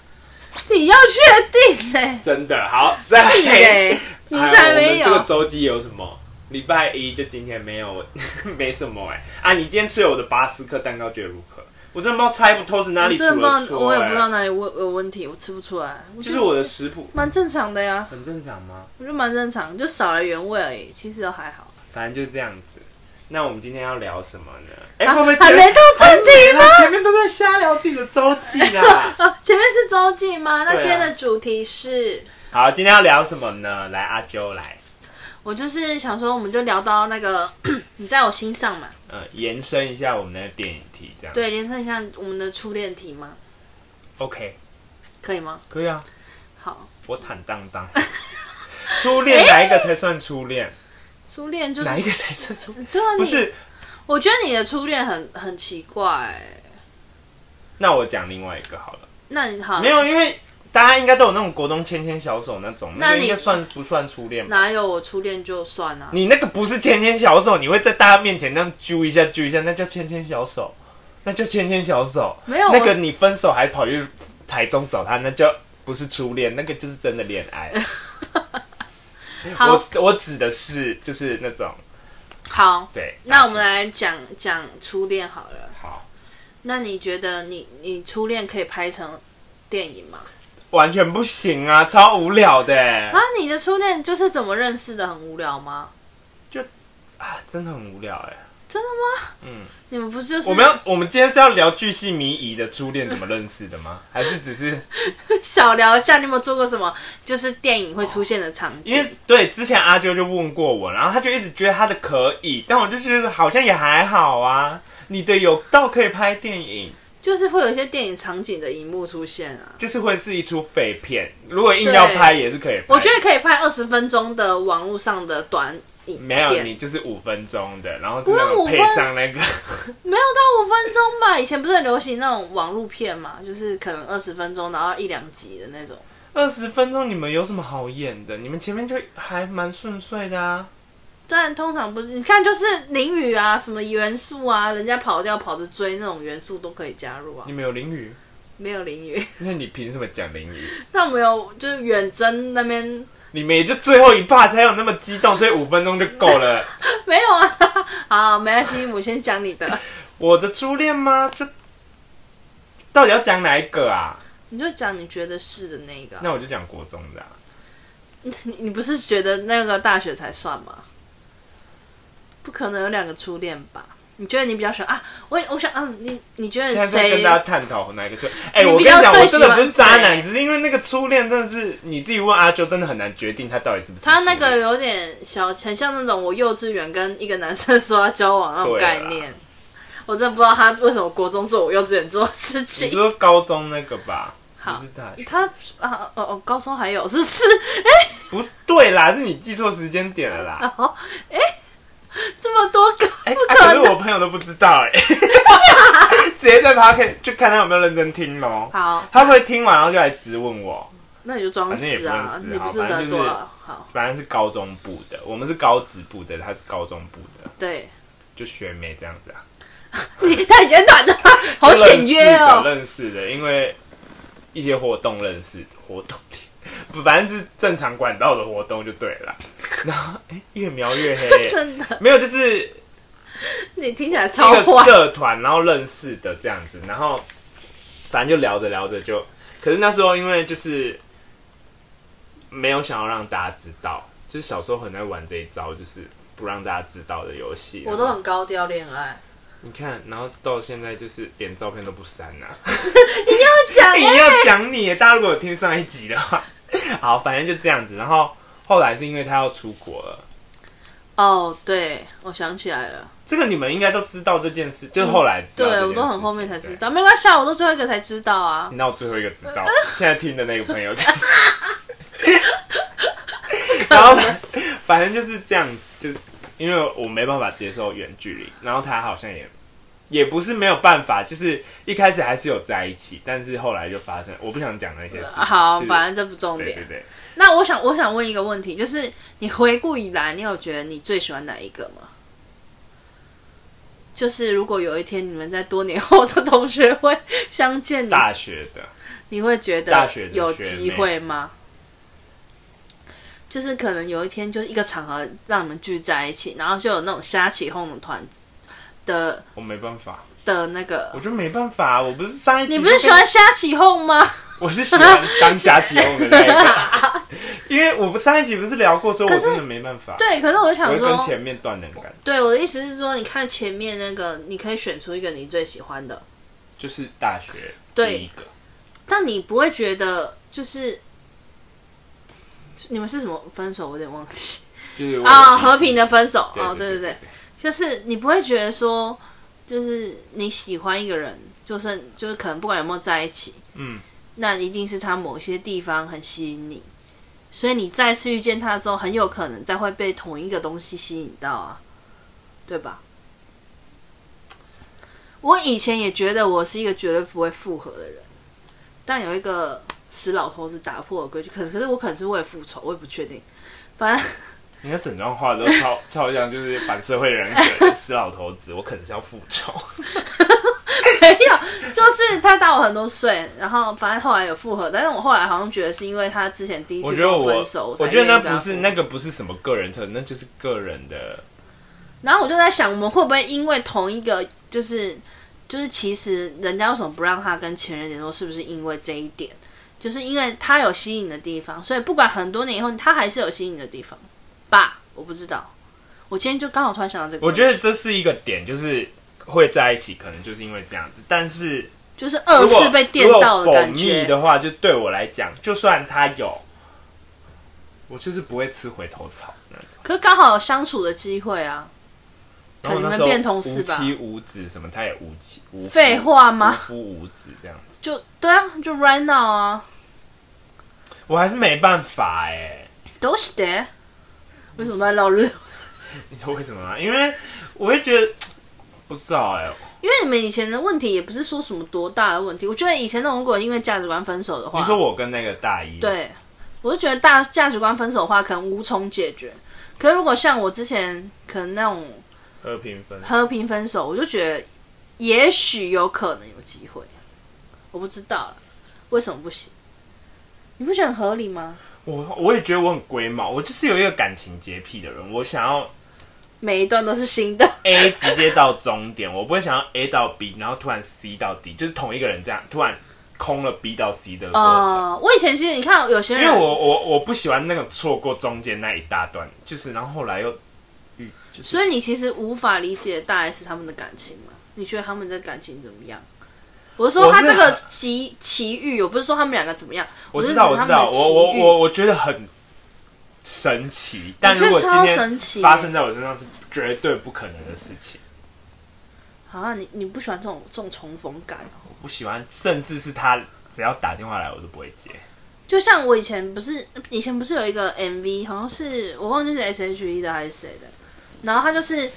Speaker 2: 你要确定呢、欸？
Speaker 1: 真的好。 对
Speaker 2: 屁嘞、你
Speaker 1: 哎
Speaker 2: 才没
Speaker 1: 我们这个
Speaker 2: 有。
Speaker 1: 周记有什么？礼拜一就今天没有， 没什么哎、啊！你今天吃了我的巴斯克蛋糕，觉得如何？我真的不知道猜不透是哪
Speaker 2: 我
Speaker 1: 里
Speaker 2: 真
Speaker 1: 出
Speaker 2: 的不
Speaker 1: 了
Speaker 2: 知道，
Speaker 1: 错、
Speaker 2: 我也不知道
Speaker 1: 哎，
Speaker 2: 哪里问有问题，我吃不出来。
Speaker 1: 就
Speaker 2: 觉
Speaker 1: 是
Speaker 2: 得
Speaker 1: 我的食谱
Speaker 2: 蛮正常的呀，
Speaker 1: 很正常吗？
Speaker 2: 我觉得蛮正常，就少了原味而已，其实都还好。
Speaker 1: 反正就是这样子。那我们今天要聊什么呢？哎、
Speaker 2: 啊
Speaker 1: 会不会
Speaker 2: 还没到正题吗？
Speaker 1: 前面都在瞎聊自己的周记啦。
Speaker 2: 啊，前面是周记吗？那
Speaker 1: 对啊
Speaker 2: 今天的主题是，
Speaker 1: 好，今天要聊什么呢？来，阿啾来，
Speaker 2: 我就是想说，我们就聊到那个 你在我心上嘛，
Speaker 1: 呃，延伸一下我们的电影题，这样。
Speaker 2: 对，延伸一下我们的初恋题吗？
Speaker 1: ，OK，
Speaker 2: 可以吗？
Speaker 1: 可以啊，
Speaker 2: 好，
Speaker 1: 我坦荡荡。 初恋哪一个才算初恋？
Speaker 2: 初恋就是
Speaker 1: 哪一个才算初？恋？
Speaker 2: 对啊，
Speaker 1: 不
Speaker 2: 哎 你
Speaker 1: 是，
Speaker 2: 我觉得你的初恋很很奇怪、欸，
Speaker 1: 那我讲另外一个好了。
Speaker 2: 那你好，
Speaker 1: 没有，因为大家应该都有那种国中牵牵小手那种，
Speaker 2: 那
Speaker 1: 那
Speaker 2: 你
Speaker 1: 个应该算不算初恋吧？
Speaker 2: 哪有我初恋就算啊？
Speaker 1: 你那个不是牵牵小手，你会在大家面前那样揪一下揪一下，那叫牵牵小手，那叫牵牵小手。
Speaker 2: 没有
Speaker 1: 那个
Speaker 2: 我
Speaker 1: 你分手还跑去台中找他，那叫不是初恋，那个就是真的恋爱。
Speaker 2: 好
Speaker 1: 我我指的是就是那种
Speaker 2: 好，
Speaker 1: 对。
Speaker 2: 那我们
Speaker 1: 打起
Speaker 2: 来讲讲初恋好了。
Speaker 1: 好，
Speaker 2: 那你觉得你你初恋可以拍成电影吗？
Speaker 1: 完全不行啊，超无聊的、
Speaker 2: 啊，你的初恋就是怎么认识的，很无聊吗？
Speaker 1: 啊，真的很无聊哎、
Speaker 2: 真的吗？
Speaker 1: 嗯，
Speaker 2: 你们不就是
Speaker 1: 我们要我们今天是要聊巨细靡遗的初恋怎么认识的吗？还是只是
Speaker 2: 小聊一下，你有没有做过什么就是电影会出现的场景？
Speaker 1: 因为对之前阿啾就问过我，然后他就一直觉得他的可以，但我就觉得好像也还好啊。你的有到可以拍电影，
Speaker 2: 就是会有一些电影场景的荧幕出现啊。
Speaker 1: 就是会是一出废片。如果硬要拍也是可以拍。
Speaker 2: 我觉得可以拍二十分钟的网络上的短影片，
Speaker 1: 没有，你就是五分钟的，然后是
Speaker 2: 不用
Speaker 1: 那种
Speaker 2: 五
Speaker 1: 配
Speaker 2: 分
Speaker 1: 上那个，
Speaker 2: 没有到五分钟吧？以前不是很流行那种网络片嘛，就是可能二十分钟，然后一两集的那种。
Speaker 1: 二十分钟你们有什么好演的？你们前面就还蛮顺遂的啊。
Speaker 2: 但通常不是，你看就是淋雨啊，什么元素啊，人家跑掉跑着追那种元素都可以加入啊
Speaker 1: 你。们有淋雨，
Speaker 2: 没有淋雨，
Speaker 1: 那你凭什么讲淋雨？
Speaker 2: 但没有就是远征那边
Speaker 1: 你们也就最后一趴才有那么激动，所以五分钟就够了。
Speaker 2: 没有啊。好，没关系，我先讲你的，
Speaker 1: 我的初恋吗？这到底要讲哪一个啊？
Speaker 2: 你就讲你觉得是的那个啊。
Speaker 1: 那我就讲国中的、啊。
Speaker 2: 你你不是觉得那个大学才算吗？不可能有两个初恋吧？你觉得你比较喜欢啊？我我想，嗯、你你觉
Speaker 1: 现在
Speaker 2: 得
Speaker 1: 在
Speaker 2: 谁
Speaker 1: 跟？大家探讨哪一个初？哎、
Speaker 2: 你
Speaker 1: 我
Speaker 2: 比
Speaker 1: 跟你
Speaker 2: 较
Speaker 1: 讲，
Speaker 2: 最
Speaker 1: 我真的不是
Speaker 2: 喜欢
Speaker 1: 渣男，
Speaker 2: 谁
Speaker 1: 只是因为那个初恋真的是你自己问阿啾，真的很难决定他到底是不是初
Speaker 2: 他
Speaker 1: 恋。
Speaker 2: 那个有点小，很像那种我幼稚园跟一个男生说要交往那种
Speaker 1: 对啊
Speaker 2: 概
Speaker 1: 啦
Speaker 2: 念。我真的不知道他为什么国中做我幼稚园做的事
Speaker 1: 你
Speaker 2: 情。
Speaker 1: 说高中那个吧？
Speaker 2: 好
Speaker 1: 不是大学，
Speaker 2: 他啊哦哦，高中还有是不 是？
Speaker 1: 不是对啦，是你记错时间点了啦。
Speaker 2: 哦，哎、这么多个，
Speaker 1: 哎、
Speaker 2: 不
Speaker 1: 啊
Speaker 2: 可
Speaker 1: 可是
Speaker 2: 能。
Speaker 1: 我朋友都不知道 哎、直接在 p o c a s t 就看他有没有认真听咯。
Speaker 2: 好，
Speaker 1: 他会听完然后就来质问我，
Speaker 2: 那你就装
Speaker 1: 反正也
Speaker 2: 死
Speaker 1: 不认
Speaker 2: 啊！
Speaker 1: 识
Speaker 2: 你不
Speaker 1: 好
Speaker 2: 是
Speaker 1: 反正
Speaker 2: 得
Speaker 1: 就
Speaker 2: 多
Speaker 1: 是
Speaker 2: 了？好，
Speaker 1: 反正是高中部的，我们是高职部的，他是高中部的，
Speaker 2: 对。
Speaker 1: 就学妹这样子啊。
Speaker 2: 你太简短 了，好简约哦。
Speaker 1: 认识的，认识的，因为一些活动认识，活动 不，反正是正常管道的活动就对了啦。然后，哎、越描越 黑、
Speaker 2: 真的，
Speaker 1: 没有，就是
Speaker 2: 你听起来超
Speaker 1: 一个
Speaker 2: 坏。
Speaker 1: 社团，然后认识的这样子，然后反正就聊着聊着就，可是那时候因为就是没有想要让大家知道，就是小时候很爱玩这一招，就是不让大家知道的游戏。
Speaker 2: 我都
Speaker 1: 然后
Speaker 2: 很高调恋爱，
Speaker 1: 你看，然后到现在就是连照片都不删 呐、啊。
Speaker 2: 讲
Speaker 1: 你要讲你耶，大家如果有听上一集的话，好，反正就这样子。然后后来是因为他要出国了。
Speaker 2: 哦，对，我想起来了，
Speaker 1: 这个你们应该都知道这件事，就是嗯后来知道这件
Speaker 2: 嗯对
Speaker 1: 事
Speaker 2: 我
Speaker 1: 情
Speaker 2: 都很后面才知
Speaker 1: 对
Speaker 2: 道，没关系啊，我都最后一个才知道啊。
Speaker 1: 你那我最后一个知道，现在听的那个朋友 就是，然后反正就是这样子，就是因为我没办法接受远距离，然后他好像也也不是没有办法，就是一开始还是有在一起，但是后来就发生，我不想讲那些事情。
Speaker 2: 呃啊好
Speaker 1: 就，是
Speaker 2: 反正这不重
Speaker 1: 对对
Speaker 2: 点。
Speaker 1: 对，
Speaker 2: 那我想，我想问一个问题，就是你回顾以来，你有觉得你最喜欢哪一个吗？就是如果有一天你们在多年后的同学会相见，你
Speaker 1: 大学的
Speaker 2: 你会觉得
Speaker 1: 大学的
Speaker 2: 有
Speaker 1: 学
Speaker 2: 机
Speaker 1: 妹
Speaker 2: 会吗？就是可能有一天，就是一个场合让你们聚在一起，然后就有那种瞎起哄的团的
Speaker 1: 我没办法，
Speaker 2: 的那个
Speaker 1: 我。就没办法，我不是上一集
Speaker 2: 你不是喜欢瞎起哄吗？
Speaker 1: 我是喜欢当瞎起哄的那一个， 因为我不上一集不是聊过，说我
Speaker 2: 可是
Speaker 1: 真的没办法，
Speaker 2: 对，可是我就
Speaker 1: 我
Speaker 2: 想
Speaker 1: 会跟
Speaker 2: 说，
Speaker 1: 前面断人感。
Speaker 2: 对我的意思是说，你看前面那个，你可以选出一个你最喜欢的，
Speaker 1: 就是大学
Speaker 2: 对
Speaker 1: 第一个，
Speaker 2: 但你不会觉得就是你们是什么分手？我有点忘记
Speaker 1: 就是
Speaker 2: 啊，和平的分手
Speaker 1: 对
Speaker 2: 哦，对对
Speaker 1: 对
Speaker 2: 对，就是你不会觉得说，就是你喜欢一个人，就是就是可能不管有没有在一起，
Speaker 1: 嗯，
Speaker 2: 那一定是他某些地方很吸引你，所以你再次遇见他的时候，很有可能再会被同一个东西吸引到啊，对吧？我以前也觉得我是一个绝对不会复合的人，但有一个死老头子打破了规矩，可可是我可能是为了复仇，我也不确定。反正
Speaker 1: 你的整段话都 超超像就是反社会人格的死老头子，我可能是要复 仇。
Speaker 2: 没有，就是他大我很多岁，然后反正后来有复合，但是我后来好像觉得是因为他之前第一
Speaker 1: 我
Speaker 2: 次
Speaker 1: 觉
Speaker 2: 跟
Speaker 1: 得我
Speaker 2: 分手，，
Speaker 1: 我
Speaker 2: 才啊
Speaker 1: 觉得
Speaker 2: 愿
Speaker 1: 那
Speaker 2: 意跟他
Speaker 1: 不是
Speaker 2: 复合
Speaker 1: 那个不是什么个人特，那就是个人的。
Speaker 2: 然后我就在想，我们会不会因为同一个，就是就是，其实人家为什么不让他跟前任联络，是不是因为这一点？就是因为他有吸引的地方，所以不管很多年以后，他还是有吸引的地方吧？我不知道。我今天就刚好突然想到这个
Speaker 1: 我
Speaker 2: 问题，
Speaker 1: 觉得这是一个点，就是会在一起，可能就是因为这样子。但是
Speaker 2: 就是二
Speaker 1: 如果
Speaker 2: 次被电到
Speaker 1: 如
Speaker 2: 的
Speaker 1: 果
Speaker 2: 感
Speaker 1: 否密
Speaker 2: 觉。
Speaker 1: 的话，就对我来讲，就算他有，我就是不会吃回头草那种。
Speaker 2: 可是刚好有相处的机会啊，
Speaker 1: 嗯然后那
Speaker 2: 可能你
Speaker 1: 时
Speaker 2: 们
Speaker 1: 候
Speaker 2: 变同事吧
Speaker 1: 无妻无子什么，他也无妻无夫
Speaker 2: 废话吗
Speaker 1: 无夫无子这样子，
Speaker 2: 就对啊，就 right now 啊，
Speaker 1: 我还是没办法哎、
Speaker 2: 都是的。为什么在绕日？
Speaker 1: 你说为什么吗？啊因为我会觉得不知道哎、
Speaker 2: 因为你们以前的问题也不是说什么多大的问题，我觉得以前那种如果因为价值观分手的话，
Speaker 1: 你说我跟那个大一，，
Speaker 2: 对，我就觉得大价值观分手的话，可能无从解决。可是如果像我之前可能那种
Speaker 1: 二平分，
Speaker 2: 和平分手，我就觉得也许有可能有机会，我不知道了，为什么不行？你不觉得很合理吗？
Speaker 1: 我我也觉得我很龟毛，我就是有一个感情洁癖的人，我想要
Speaker 2: 每一段都是新的，
Speaker 1: A 直接到终点， 我不会想要 A 到 B，然后突然 C 到 D，就是同一个人这样突然空了 B 到 C 的过程。
Speaker 2: 呃，我以前其实你看有些
Speaker 1: 因为
Speaker 2: 人，
Speaker 1: 我我我不喜欢那个错过中间那一大段，就是然后后来又，嗯，就是
Speaker 2: 所以你其实无法理解大 S 他们的感情嘛？你觉得他们的感情怎么样？我是说
Speaker 1: 我
Speaker 2: 他
Speaker 1: 是
Speaker 2: 这个
Speaker 1: 很
Speaker 2: 奇奇遇，我不是说他们两个怎么样，
Speaker 1: 我
Speaker 2: 是
Speaker 1: 知
Speaker 2: 指
Speaker 1: 道我
Speaker 2: 他
Speaker 1: 知
Speaker 2: 们的
Speaker 1: 道，
Speaker 2: 奇
Speaker 1: 我我
Speaker 2: 遇
Speaker 1: 我我觉得很神奇，但
Speaker 2: 觉得
Speaker 1: 如果今
Speaker 2: 超神
Speaker 1: 天
Speaker 2: 奇
Speaker 1: 发
Speaker 2: 耶
Speaker 1: 生在我身上是绝对不可能的事情。
Speaker 2: 啊，你你不喜欢这种这种重逢感哦、
Speaker 1: 我不喜欢，甚至是他只要打电话来我都不会接。
Speaker 2: 就像我以前不是以前不是有一个 MV，好像是我忘记是 S.H.E 的还是谁的，然后他就是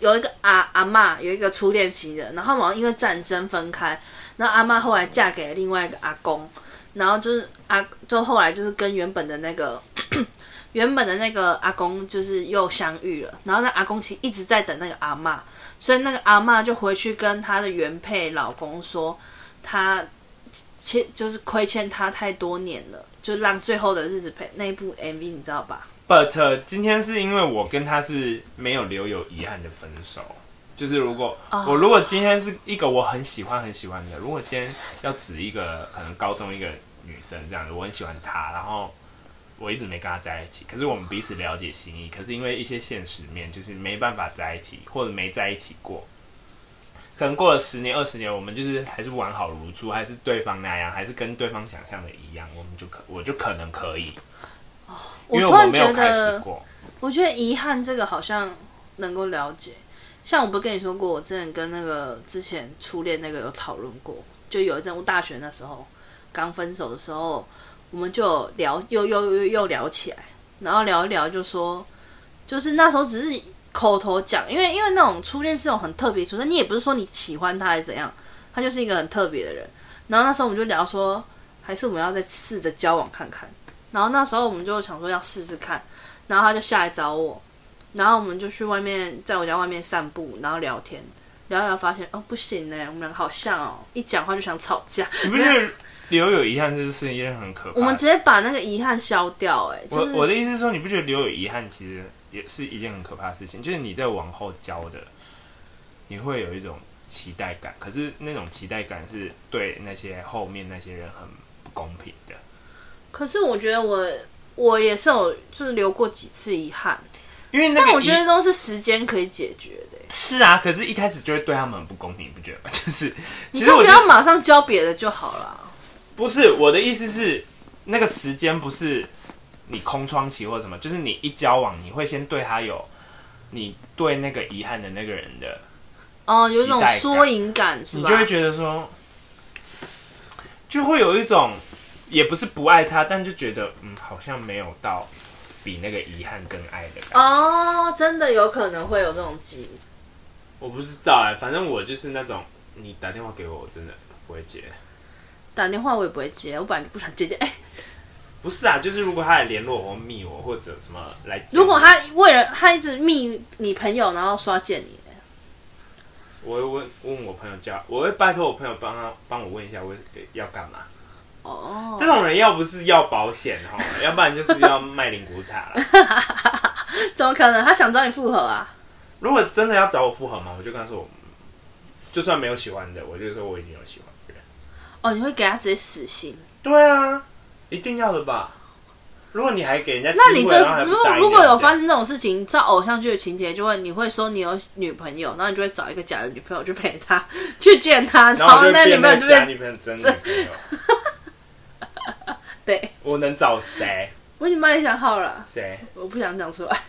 Speaker 2: 有一个阿阿嬷有一个初恋情人，然后好像因为战争分开，然后阿嬷后来嫁给了另外一个阿公，然后就是阿就后来就是跟原本的那个 原本的那个阿公就是又相遇了，然后那阿公其实一直在等那个阿嬷，所以那个阿嬷就回去跟她的原配老公说，她欠就是亏欠他太多年了，就让最后的日子陪那一部 MV 你知道吧？
Speaker 1: But 呃今天是因为我跟他是没有留有遗憾的分手，就是如果、我如果今天是一个我很喜欢很喜欢的，如果今天要指一个呃可能高中一个女生这样子，我很喜欢她，然后我一直没跟她在一起，可是我们彼此了解心意，可是因为一些现实面，就是没办法在一起，或者没在一起过。可能过了十年、二十年，我们就是还是完好如初，还是对方那样，还是跟对方想象的一样，我们就可我就可能可以，因为
Speaker 2: 突然
Speaker 1: 没
Speaker 2: 觉
Speaker 1: 有开始
Speaker 2: 得，
Speaker 1: 过。
Speaker 2: 我觉得遗憾这个好像能够了解。像我不是跟你说过，我之前跟那个之前初恋那个有讨论过，就有一阵我大学那时候刚分手的时候，我们就有聊又又又又聊起来，然后聊一聊就说，就是那时候只是口头讲，因为因为那种初恋是那种很特别，初恋你也不是说你喜欢他还是怎样，他就是一个很特别的人。然后那时候我们就聊说，还是我们要再试着交往看看。然后那时候我们就想说要试试看，然后他就下来找我，然后我们就去外面，在我家外面散步，然后聊天，聊一聊发现哦不行呢，我们两个好像哦，一讲话就想吵 架。
Speaker 1: 你不觉得留有遗憾这是一件很可怕的？
Speaker 2: 我们直接把那个遗憾消掉、哎，就
Speaker 1: 我
Speaker 2: 是
Speaker 1: 我的意思是说，你不觉得留有遗憾其实也是一件很可怕的事情？就是你在往后交的，你会有一种期待感，可是那种期待感是对那些后面那些人很不公平的。
Speaker 2: 可是我觉得我我也是有就是留过几次遗憾，
Speaker 1: 因为那
Speaker 2: 但
Speaker 1: 个
Speaker 2: 我觉
Speaker 1: 遗
Speaker 2: 得都是时间可以解决的、哎
Speaker 1: 是啊，可是一开始就会对他们很不公平，你不觉得吗？ 就是
Speaker 2: 你
Speaker 1: 其实
Speaker 2: 就
Speaker 1: 我
Speaker 2: 不
Speaker 1: 觉得
Speaker 2: 要马上交别的就好了。
Speaker 1: 不是我的意思是，那个时间不是你空窗期或者什么，就是你一交往，你会先对他有你对那个遗憾的那个人的
Speaker 2: 哦，有一种
Speaker 1: 期待感
Speaker 2: 缩影感是
Speaker 1: 你
Speaker 2: 吧？
Speaker 1: 就会觉得说，就会有一种也不是不爱他，但就觉得嗯，好像没有到比那个遗憾更爱的感觉。
Speaker 2: 哦，真的有可能会有这种机。
Speaker 1: 欸我不知道哎、反正我就是那种你打电话给我，我真的不会接。
Speaker 2: 打电话我也不会接，我本来就不想接电。哎、
Speaker 1: 不是啊，就是如果他来联络我、密我或者什么来，
Speaker 2: 如果他为了他一直密你朋友，然后说要见你，欸
Speaker 1: 我会问问我朋友叫，我会拜托我朋友帮他帮我问一下我要干嘛。
Speaker 2: 哦，
Speaker 1: 这种人要不是要保险哈， 要不然就是要卖灵骨塔了。
Speaker 2: 怎么可能？他想找你复合啊？
Speaker 1: 如果真的要找我复合嘛，我就跟他说我，嗯就算没有喜欢的，我就说我已经有喜欢的人。
Speaker 2: 哦，你会给他直接死心？
Speaker 1: 对啊，一定要的吧？如果你还给人家机会，
Speaker 2: 那你这
Speaker 1: 然后还
Speaker 2: 如
Speaker 1: 不答
Speaker 2: 果
Speaker 1: 应
Speaker 2: 如果有
Speaker 1: 人家
Speaker 2: 发生这种事情，照偶像剧的情节，就会你会说你有女朋友，然后你就会找一个假的女朋友去陪他去见他，
Speaker 1: 然
Speaker 2: 然
Speaker 1: 后
Speaker 2: 后
Speaker 1: 我就
Speaker 2: 那女
Speaker 1: 变
Speaker 2: 朋友
Speaker 1: 成
Speaker 2: 就
Speaker 1: 假
Speaker 2: 变
Speaker 1: 女朋友真女朋友，
Speaker 2: 对。
Speaker 1: 我能找谁？
Speaker 2: 我已经帮你想好了，
Speaker 1: 谁？
Speaker 2: 我不想讲出来，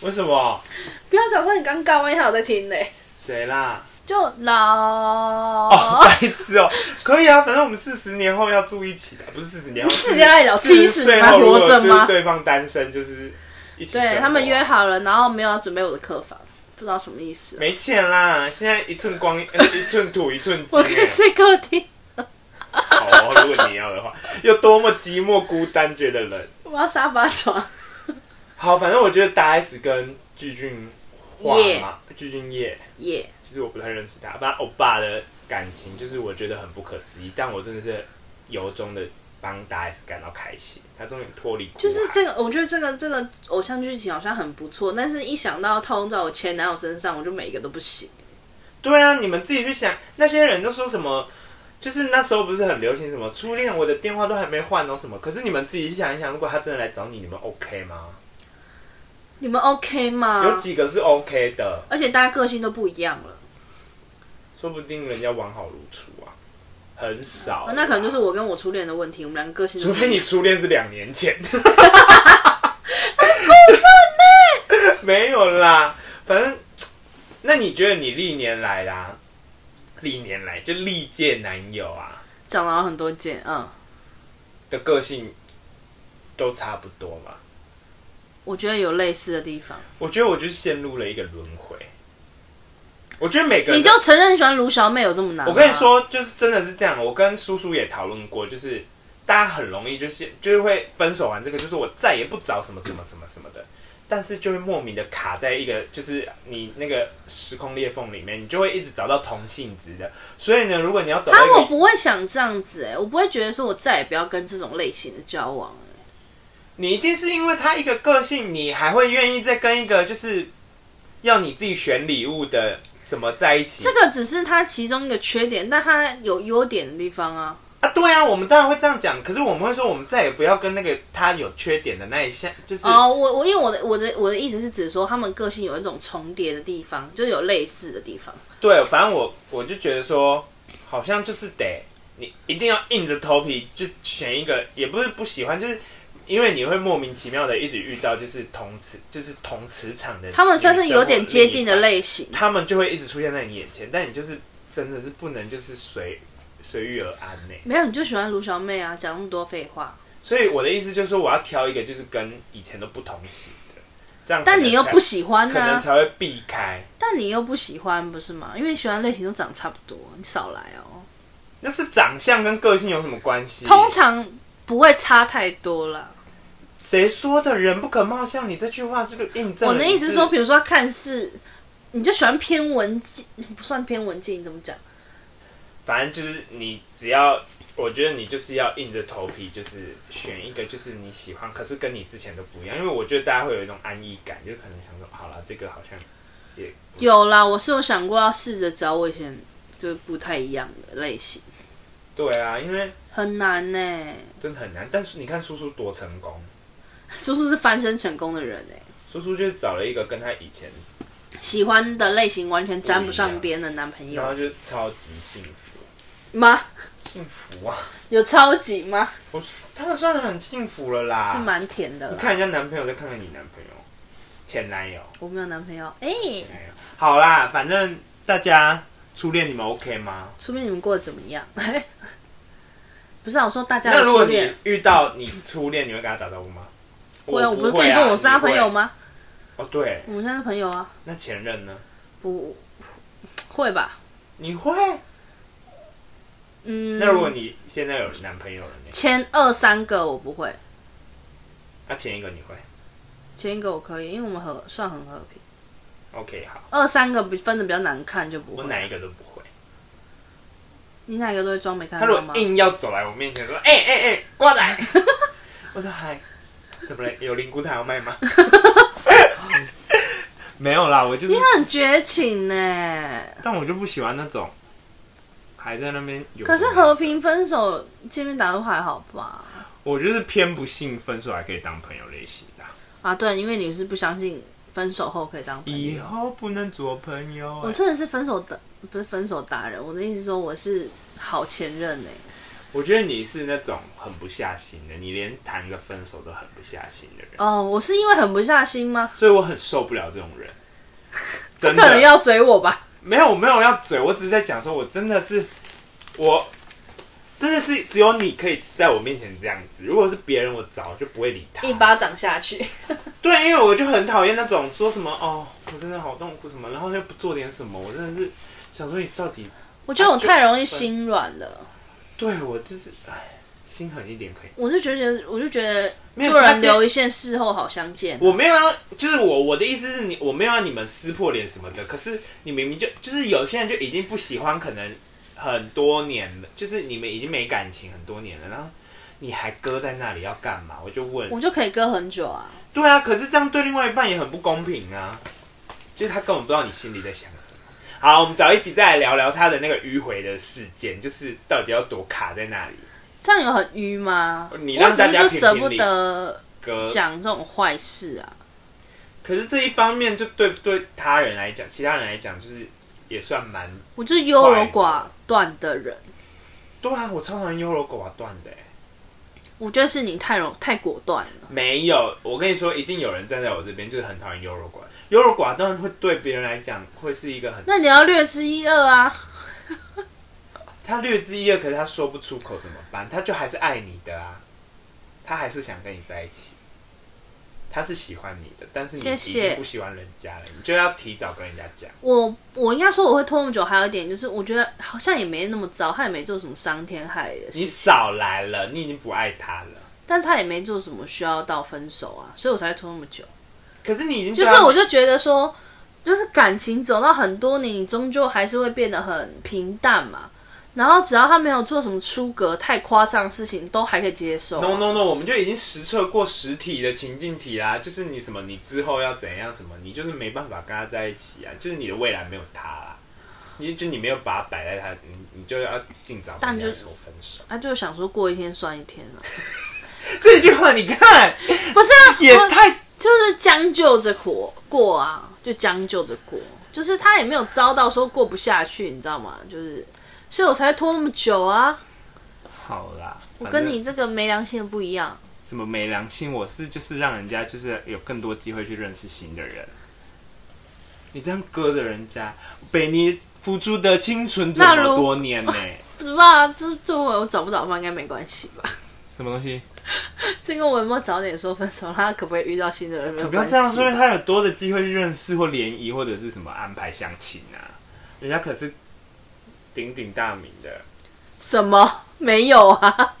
Speaker 1: 为什么？
Speaker 2: 不要讲出来，你尴尬，万一他有在听呢。
Speaker 1: 谁啦？
Speaker 2: 就老
Speaker 1: 哦，白痴哦，可以啊，反正我们四十年后要住一起的，不是四十年后，
Speaker 2: 世界爱 老七十
Speaker 1: 岁
Speaker 2: 你还
Speaker 1: 后如
Speaker 2: 活
Speaker 1: 果
Speaker 2: 着
Speaker 1: 就是
Speaker 2: 吗？
Speaker 1: 对方单身，就是一起生活啊。
Speaker 2: 对他们约好了，然后没有要准备我的客房，不知道什么意思。
Speaker 1: 没钱啦，现在一寸光、 呃一寸土一寸金、
Speaker 2: 我可以
Speaker 1: 欸。
Speaker 2: 睡客厅，
Speaker 1: 好哦，如果你要的话，有多么寂寞孤单，觉得冷。
Speaker 2: 我要沙发 床。
Speaker 1: 好，反正我觉得大 S 跟具俊化
Speaker 2: 耶
Speaker 1: 嘛，具俊业，
Speaker 2: 耶，
Speaker 1: 其实我不太认识他，反正欧巴的感情就是我觉得很不可思议，但我真的是由衷的帮大 S 感到开心，他终于脱离苦海。
Speaker 2: 就是这个，我觉得这个这个偶像剧情好像很不错，但是一想到套用在我前男友身上，我就每一个都不行。
Speaker 1: 对啊，你们自己去想，那些人都说什么？就是那时候不是很流行什么初恋，我的电话都还没换哦什么。可是你们自己想一想，如果他真的来找你，你们 OK 吗？
Speaker 2: 你们 OK
Speaker 1: 有
Speaker 2: 吗？
Speaker 1: 几个是 OK 的，
Speaker 2: 而且大家个性都不一样了，
Speaker 1: 说不定人家完好如初啊，很少、
Speaker 2: 啊那可能就是我跟我初恋的问题，我们两个个性都
Speaker 1: 哦除
Speaker 2: 不一样
Speaker 1: 非你初恋是两年 前，很过分呢。没有啦，反正，那你觉得你历年来啦，历年来就历届男友啊
Speaker 2: 讲了很多件，嗯，
Speaker 1: 的个性都差不多嘛？
Speaker 2: 我觉得有类似的地方。
Speaker 1: 我觉得我就陷入了一个轮回。我觉得每个人
Speaker 2: 你就承认你喜欢卢小妹有这么难？
Speaker 1: 我跟你，说，就是真的是这样。我跟叔叔也讨论过，就是大家很容易就是就是会分手完这个，就是我再也不找什么什么什么什么的，但是就会莫名的卡在一个就是你那个时空裂缝里面，你就会一直找到同性质的。所以呢，如果你要找到
Speaker 2: 但
Speaker 1: 一
Speaker 2: 我
Speaker 1: 个，
Speaker 2: 不会想这样子、哎，我不会觉得说我再也不要跟这种类型的交往、哎
Speaker 1: 你一定是因为他一个个性，你还会愿意再跟一个就是要你自己选礼物的什么在一起
Speaker 2: 这个只是它其中一个缺点，但它有优点的地方啊。
Speaker 1: 啊？对啊，我们当然会这样讲，可是我们会说我们再也不要跟那个他有缺点的那一项，就是。
Speaker 2: 哦，我我因为我的我的我的意思是指说他们个性有一种重叠的地方，就有类似的地方。
Speaker 1: 对，反正我我就觉得说，好像就是得你一定要硬着头皮就选一个，也不是不喜欢，就是因为你会莫名其妙的一直遇到就是同磁就是同磁场的，
Speaker 2: 他们算是有点接近的，类型，
Speaker 1: 他们就会一直出现在你眼前，但你就是真的是不能就是随随遇而安呢、
Speaker 2: 没有你就喜欢卢小妹啊，讲那么多废话，
Speaker 1: 所以我的意思就是说，我要挑一个就是跟以前都不同型的，这样可能才，
Speaker 2: 但你又不喜欢
Speaker 1: 可能
Speaker 2: 啊，
Speaker 1: 才会避开。
Speaker 2: 但你又不喜欢不是吗？因为你喜欢的类型都长得差不多，你少来哦。
Speaker 1: 那是长相跟个性有什么关系？
Speaker 2: 通常不会差太多啦。
Speaker 1: 谁说的“人不可貌相”？你这句话是不是印证了
Speaker 2: 我
Speaker 1: 你是？
Speaker 2: 的意思是说，比如说看似，你就喜欢偏文静，不算偏文静，你怎么讲？
Speaker 1: 反正就是你只要，我觉得你就是要硬着头皮，就是选一个就是你喜欢，可是跟你之前都不一样。因为我觉得大家会有一种安逸感，就可能想说，好了，这个好像也不
Speaker 2: 有啦，我是有想过要试着找我以前就不太一样的类型，
Speaker 1: 对啊，因为
Speaker 2: 很难呢、
Speaker 1: 真的很难。但是你看叔叔多成功，
Speaker 2: 叔叔是翻身成功的人哎、
Speaker 1: 叔叔就是找了一个跟他以前，
Speaker 2: 喜欢的类型完全沾不
Speaker 1: 不一
Speaker 2: 上
Speaker 1: 样
Speaker 2: 边的男朋
Speaker 1: 然后
Speaker 2: 友
Speaker 1: 就超级幸福，
Speaker 2: 吗？
Speaker 1: 幸福啊！
Speaker 2: 有超级吗？
Speaker 1: 我他们算是很幸福了啦。
Speaker 2: 是蛮甜的
Speaker 1: 啊你
Speaker 2: 啦。
Speaker 1: 看人家男朋友，再看看你男朋友，前男友。
Speaker 2: 我没有男朋友，哎、
Speaker 1: 没有好啦，反正大家初恋你们 OK 吗？
Speaker 2: 说明你们过得怎么样？ 不是、啊，我说大家
Speaker 1: 那
Speaker 2: 的
Speaker 1: 如
Speaker 2: 初
Speaker 1: 果你
Speaker 2: 恋，
Speaker 1: 遇到你初恋，你会跟他打招呼吗？
Speaker 2: 会啊我不是
Speaker 1: 会
Speaker 2: 跟
Speaker 1: 啊
Speaker 2: 你说我是他朋友？吗？
Speaker 1: 你会哦，对，
Speaker 2: 我们现在是朋友啊，
Speaker 1: 那前任呢？
Speaker 2: 不会吧？
Speaker 1: 你会？
Speaker 2: 嗯，
Speaker 1: 那如果你现在有男朋友了呢？
Speaker 2: 前二三个我不会，
Speaker 1: 那前一个你会
Speaker 2: 前一个我可以，因为我们和算很和平。
Speaker 1: ？OK，好，
Speaker 2: 二三个比分的比较难看就不
Speaker 1: 我
Speaker 2: 会。啊
Speaker 1: 哪一个都不会。
Speaker 2: 你哪一个都会装没看
Speaker 1: 他如
Speaker 2: 到
Speaker 1: 果
Speaker 2: 吗？
Speaker 1: 硬要走来我面前说：“哎哎哎，瓜仔！”
Speaker 2: 嗯
Speaker 1: 我说：“嗨，怎么了？有灵骨塔要卖 吗？”没有啦，我就是
Speaker 2: 你，很绝情呢、
Speaker 1: 但我就不喜欢那种还在那边有。
Speaker 2: 可是和，平分手见面打都还好吧？
Speaker 1: 我就是偏不信分手还可以当朋友类型的。
Speaker 2: 啊，对，因为你是不相信分手后可以当朋
Speaker 1: 以
Speaker 2: 友。
Speaker 1: 后不能做朋友、
Speaker 2: 我
Speaker 1: 哎
Speaker 2: 真的是分手的，不是分手达人。我的意思是说我是好前任呢、欸
Speaker 1: 哎我觉得你是那种很不下心的，你连谈个分手都很不下心的人，
Speaker 2: 哦，我是因为狠不下心吗？
Speaker 1: 所以我很受不了这种人。真
Speaker 2: 可能
Speaker 1: 的
Speaker 2: 要追我吧？
Speaker 1: 没有没有要嘴，我只是在讲说，我真的是我真的是只有你可以在我面前这样子，如果是别人，我早就不会理他。
Speaker 2: 一巴掌下去，
Speaker 1: 对，因为我就很讨厌那种说什么哦，我真的好痛苦什么，然后又不做点什么，我真的是想说你到底
Speaker 2: 我觉得我太容易心软了。
Speaker 1: 对我就是唉，心狠一点可以。
Speaker 2: 我就觉得，我就觉得
Speaker 1: 没有
Speaker 2: 做
Speaker 1: 他
Speaker 2: 人
Speaker 1: 这
Speaker 2: 留一线，事后好相见。
Speaker 1: 我没有要，就是我我的意思是你，我没有要你们撕破脸什么的。可是你明明就就是有些人就已经不喜欢，可能很多年了，就是你们已经没感情很多年了，然后你还搁在那里要干嘛？我就问，
Speaker 2: 我就可以割很久啊。
Speaker 1: 对啊，可是这样对另外一半也很不公平啊，就是他根本不知道你心里在想什么。好，我们找一集再来聊聊他的那个迂回的事件，就是到底要多卡在那里。
Speaker 2: 这样有很迂吗？
Speaker 1: 你
Speaker 2: 我
Speaker 1: 让
Speaker 2: 只
Speaker 1: 大
Speaker 2: 是
Speaker 1: 家
Speaker 2: 就
Speaker 1: 评评理呃
Speaker 2: 舍不得
Speaker 1: 哥，
Speaker 2: 讲这种坏事啊。
Speaker 1: 可是这一方面就对对他人来讲，其他人来讲就是也算蛮
Speaker 2: 我就是优柔寡断的人，
Speaker 1: 对啊，我超讨厌优柔寡断的欸。
Speaker 2: 我觉得是你太容太果断了。
Speaker 1: 没有，我跟你说，一定有人站在我这边，就是很讨厌优柔寡断。优柔寡断会对别人来讲会是一个很……
Speaker 2: 那你要略知一二啊。
Speaker 1: 他略知一二，可是他说不出口怎么办？他就还是爱你的啊，他还是想跟你在一起，他是喜欢你的，但是你
Speaker 2: 谢
Speaker 1: 已
Speaker 2: 谢
Speaker 1: 经不喜欢人家了，你就要提早跟人家讲。
Speaker 2: 我我应该说我会拖那么久，还有一点就是，我觉得好像也没那么糟，他也没做什么伤天害理的
Speaker 1: 你
Speaker 2: 事，
Speaker 1: 少来了，你已经不爱他了。
Speaker 2: 但他也没做什么需要到分手啊，所以我才会拖那么久。
Speaker 1: 可是你已经
Speaker 2: 就
Speaker 1: 对啊
Speaker 2: 是
Speaker 1: 他
Speaker 2: 我就觉得说，就是感情走到很多年，你终究还是会变得很平淡嘛。然后只要他没有做什么出格、太夸张的事情，都还可以接受啊。
Speaker 1: No no no，我们就已经实测过实体的情境题啦，就是你什么，你之后要怎样什么，你就是没办法跟他在一起啊，就是你的未来没有他啦，你就你没有把他摆在他，你你就要尽早
Speaker 2: 但
Speaker 1: 跟他
Speaker 2: 就
Speaker 1: 说分手。
Speaker 2: 他就想说过一天算一天了，
Speaker 1: 这句话你看
Speaker 2: 不是啊，
Speaker 1: 也
Speaker 2: 我
Speaker 1: 太
Speaker 2: 就是将就着过过啊，就将就着过，就是他也没有遭到说过不下去，你知道吗？就是，所以我才会拖那么久啊。
Speaker 1: 好啦，
Speaker 2: 我
Speaker 1: 反
Speaker 2: 跟
Speaker 1: 正
Speaker 2: 你这个没良心的不一样，
Speaker 1: 什么没良心，我是就是让人家就是有更多机会去认识新的人。你这样割着人家，被你付出的青春这
Speaker 2: 那
Speaker 1: 么
Speaker 2: 如
Speaker 1: 多年呢、
Speaker 2: 不知道啊这这我找不找吧，应该没关系吧。
Speaker 1: 什么东西？
Speaker 2: 这跟我有没有早点说分手，他可不可以遇到新的人没有
Speaker 1: 不要
Speaker 2: 关系。
Speaker 1: 这样说，因为他有多的机会去认识或联谊或者是什么安排相亲啊，人家可是鼎鼎大名的。
Speaker 2: 什么没有啊？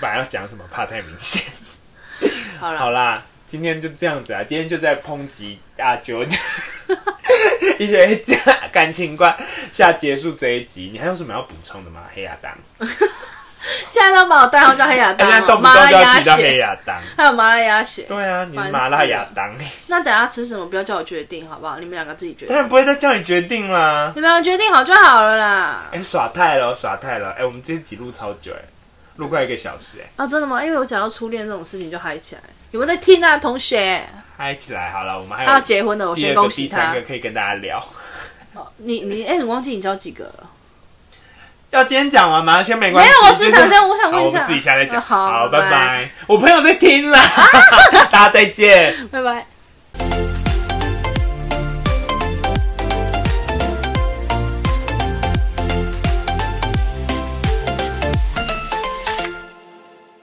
Speaker 1: 本来要讲什么， 怕太明 显。
Speaker 2: 好了，
Speaker 1: 好啦，今天就这样子啊，今天就在抨击阿九 一些家感情观下结束这一集。你还有什么要补充的吗？黑亚
Speaker 2: 啊
Speaker 1: 当，
Speaker 2: 现在都把我代号叫黑亚当
Speaker 1: 人家哎
Speaker 2: 了，
Speaker 1: 动不
Speaker 2: 麻
Speaker 1: 动
Speaker 2: 辣
Speaker 1: 就要
Speaker 2: 鸭
Speaker 1: 提到黑
Speaker 2: 血，
Speaker 1: 亚当。
Speaker 2: 还有麻辣鸭血。
Speaker 1: 对啊，你
Speaker 2: 烦
Speaker 1: 是
Speaker 2: 死
Speaker 1: 麻辣亚当，
Speaker 2: 那等下吃什么，不要叫我决定，好不好？你们两个自己决定
Speaker 1: 当，然不会再叫你决定啦。
Speaker 2: 你们两个决定好就好了啦。
Speaker 1: 哎、耍太了，耍太了。哎、我们今天集录超久、哎，录快一个小时、哎。
Speaker 2: 啊，真的吗？因为我讲到初恋这种事情就嗨起来，有没有在听啊，同学？
Speaker 1: 嗨起来好了，我们还
Speaker 2: 他要
Speaker 1: 有
Speaker 2: 结婚了，我
Speaker 1: 第
Speaker 2: 先
Speaker 1: 二个、
Speaker 2: 恭
Speaker 1: 哎第
Speaker 2: 喜
Speaker 1: 三
Speaker 2: 他
Speaker 1: 个。可以跟大家聊。
Speaker 2: 哦你你哎，你忘记你交几个了？
Speaker 1: 要今天讲完吗？先没
Speaker 2: 没
Speaker 1: 关系。
Speaker 2: 有，我只想
Speaker 1: 就是
Speaker 2: 先，我想
Speaker 1: 好，
Speaker 2: 问
Speaker 1: 我
Speaker 2: 一
Speaker 1: 们
Speaker 2: 下。
Speaker 1: 私底下再
Speaker 2: 啊
Speaker 1: 讲。
Speaker 2: 好，
Speaker 1: 拜。我朋友在听啦，大家再见。
Speaker 2: 拜拜。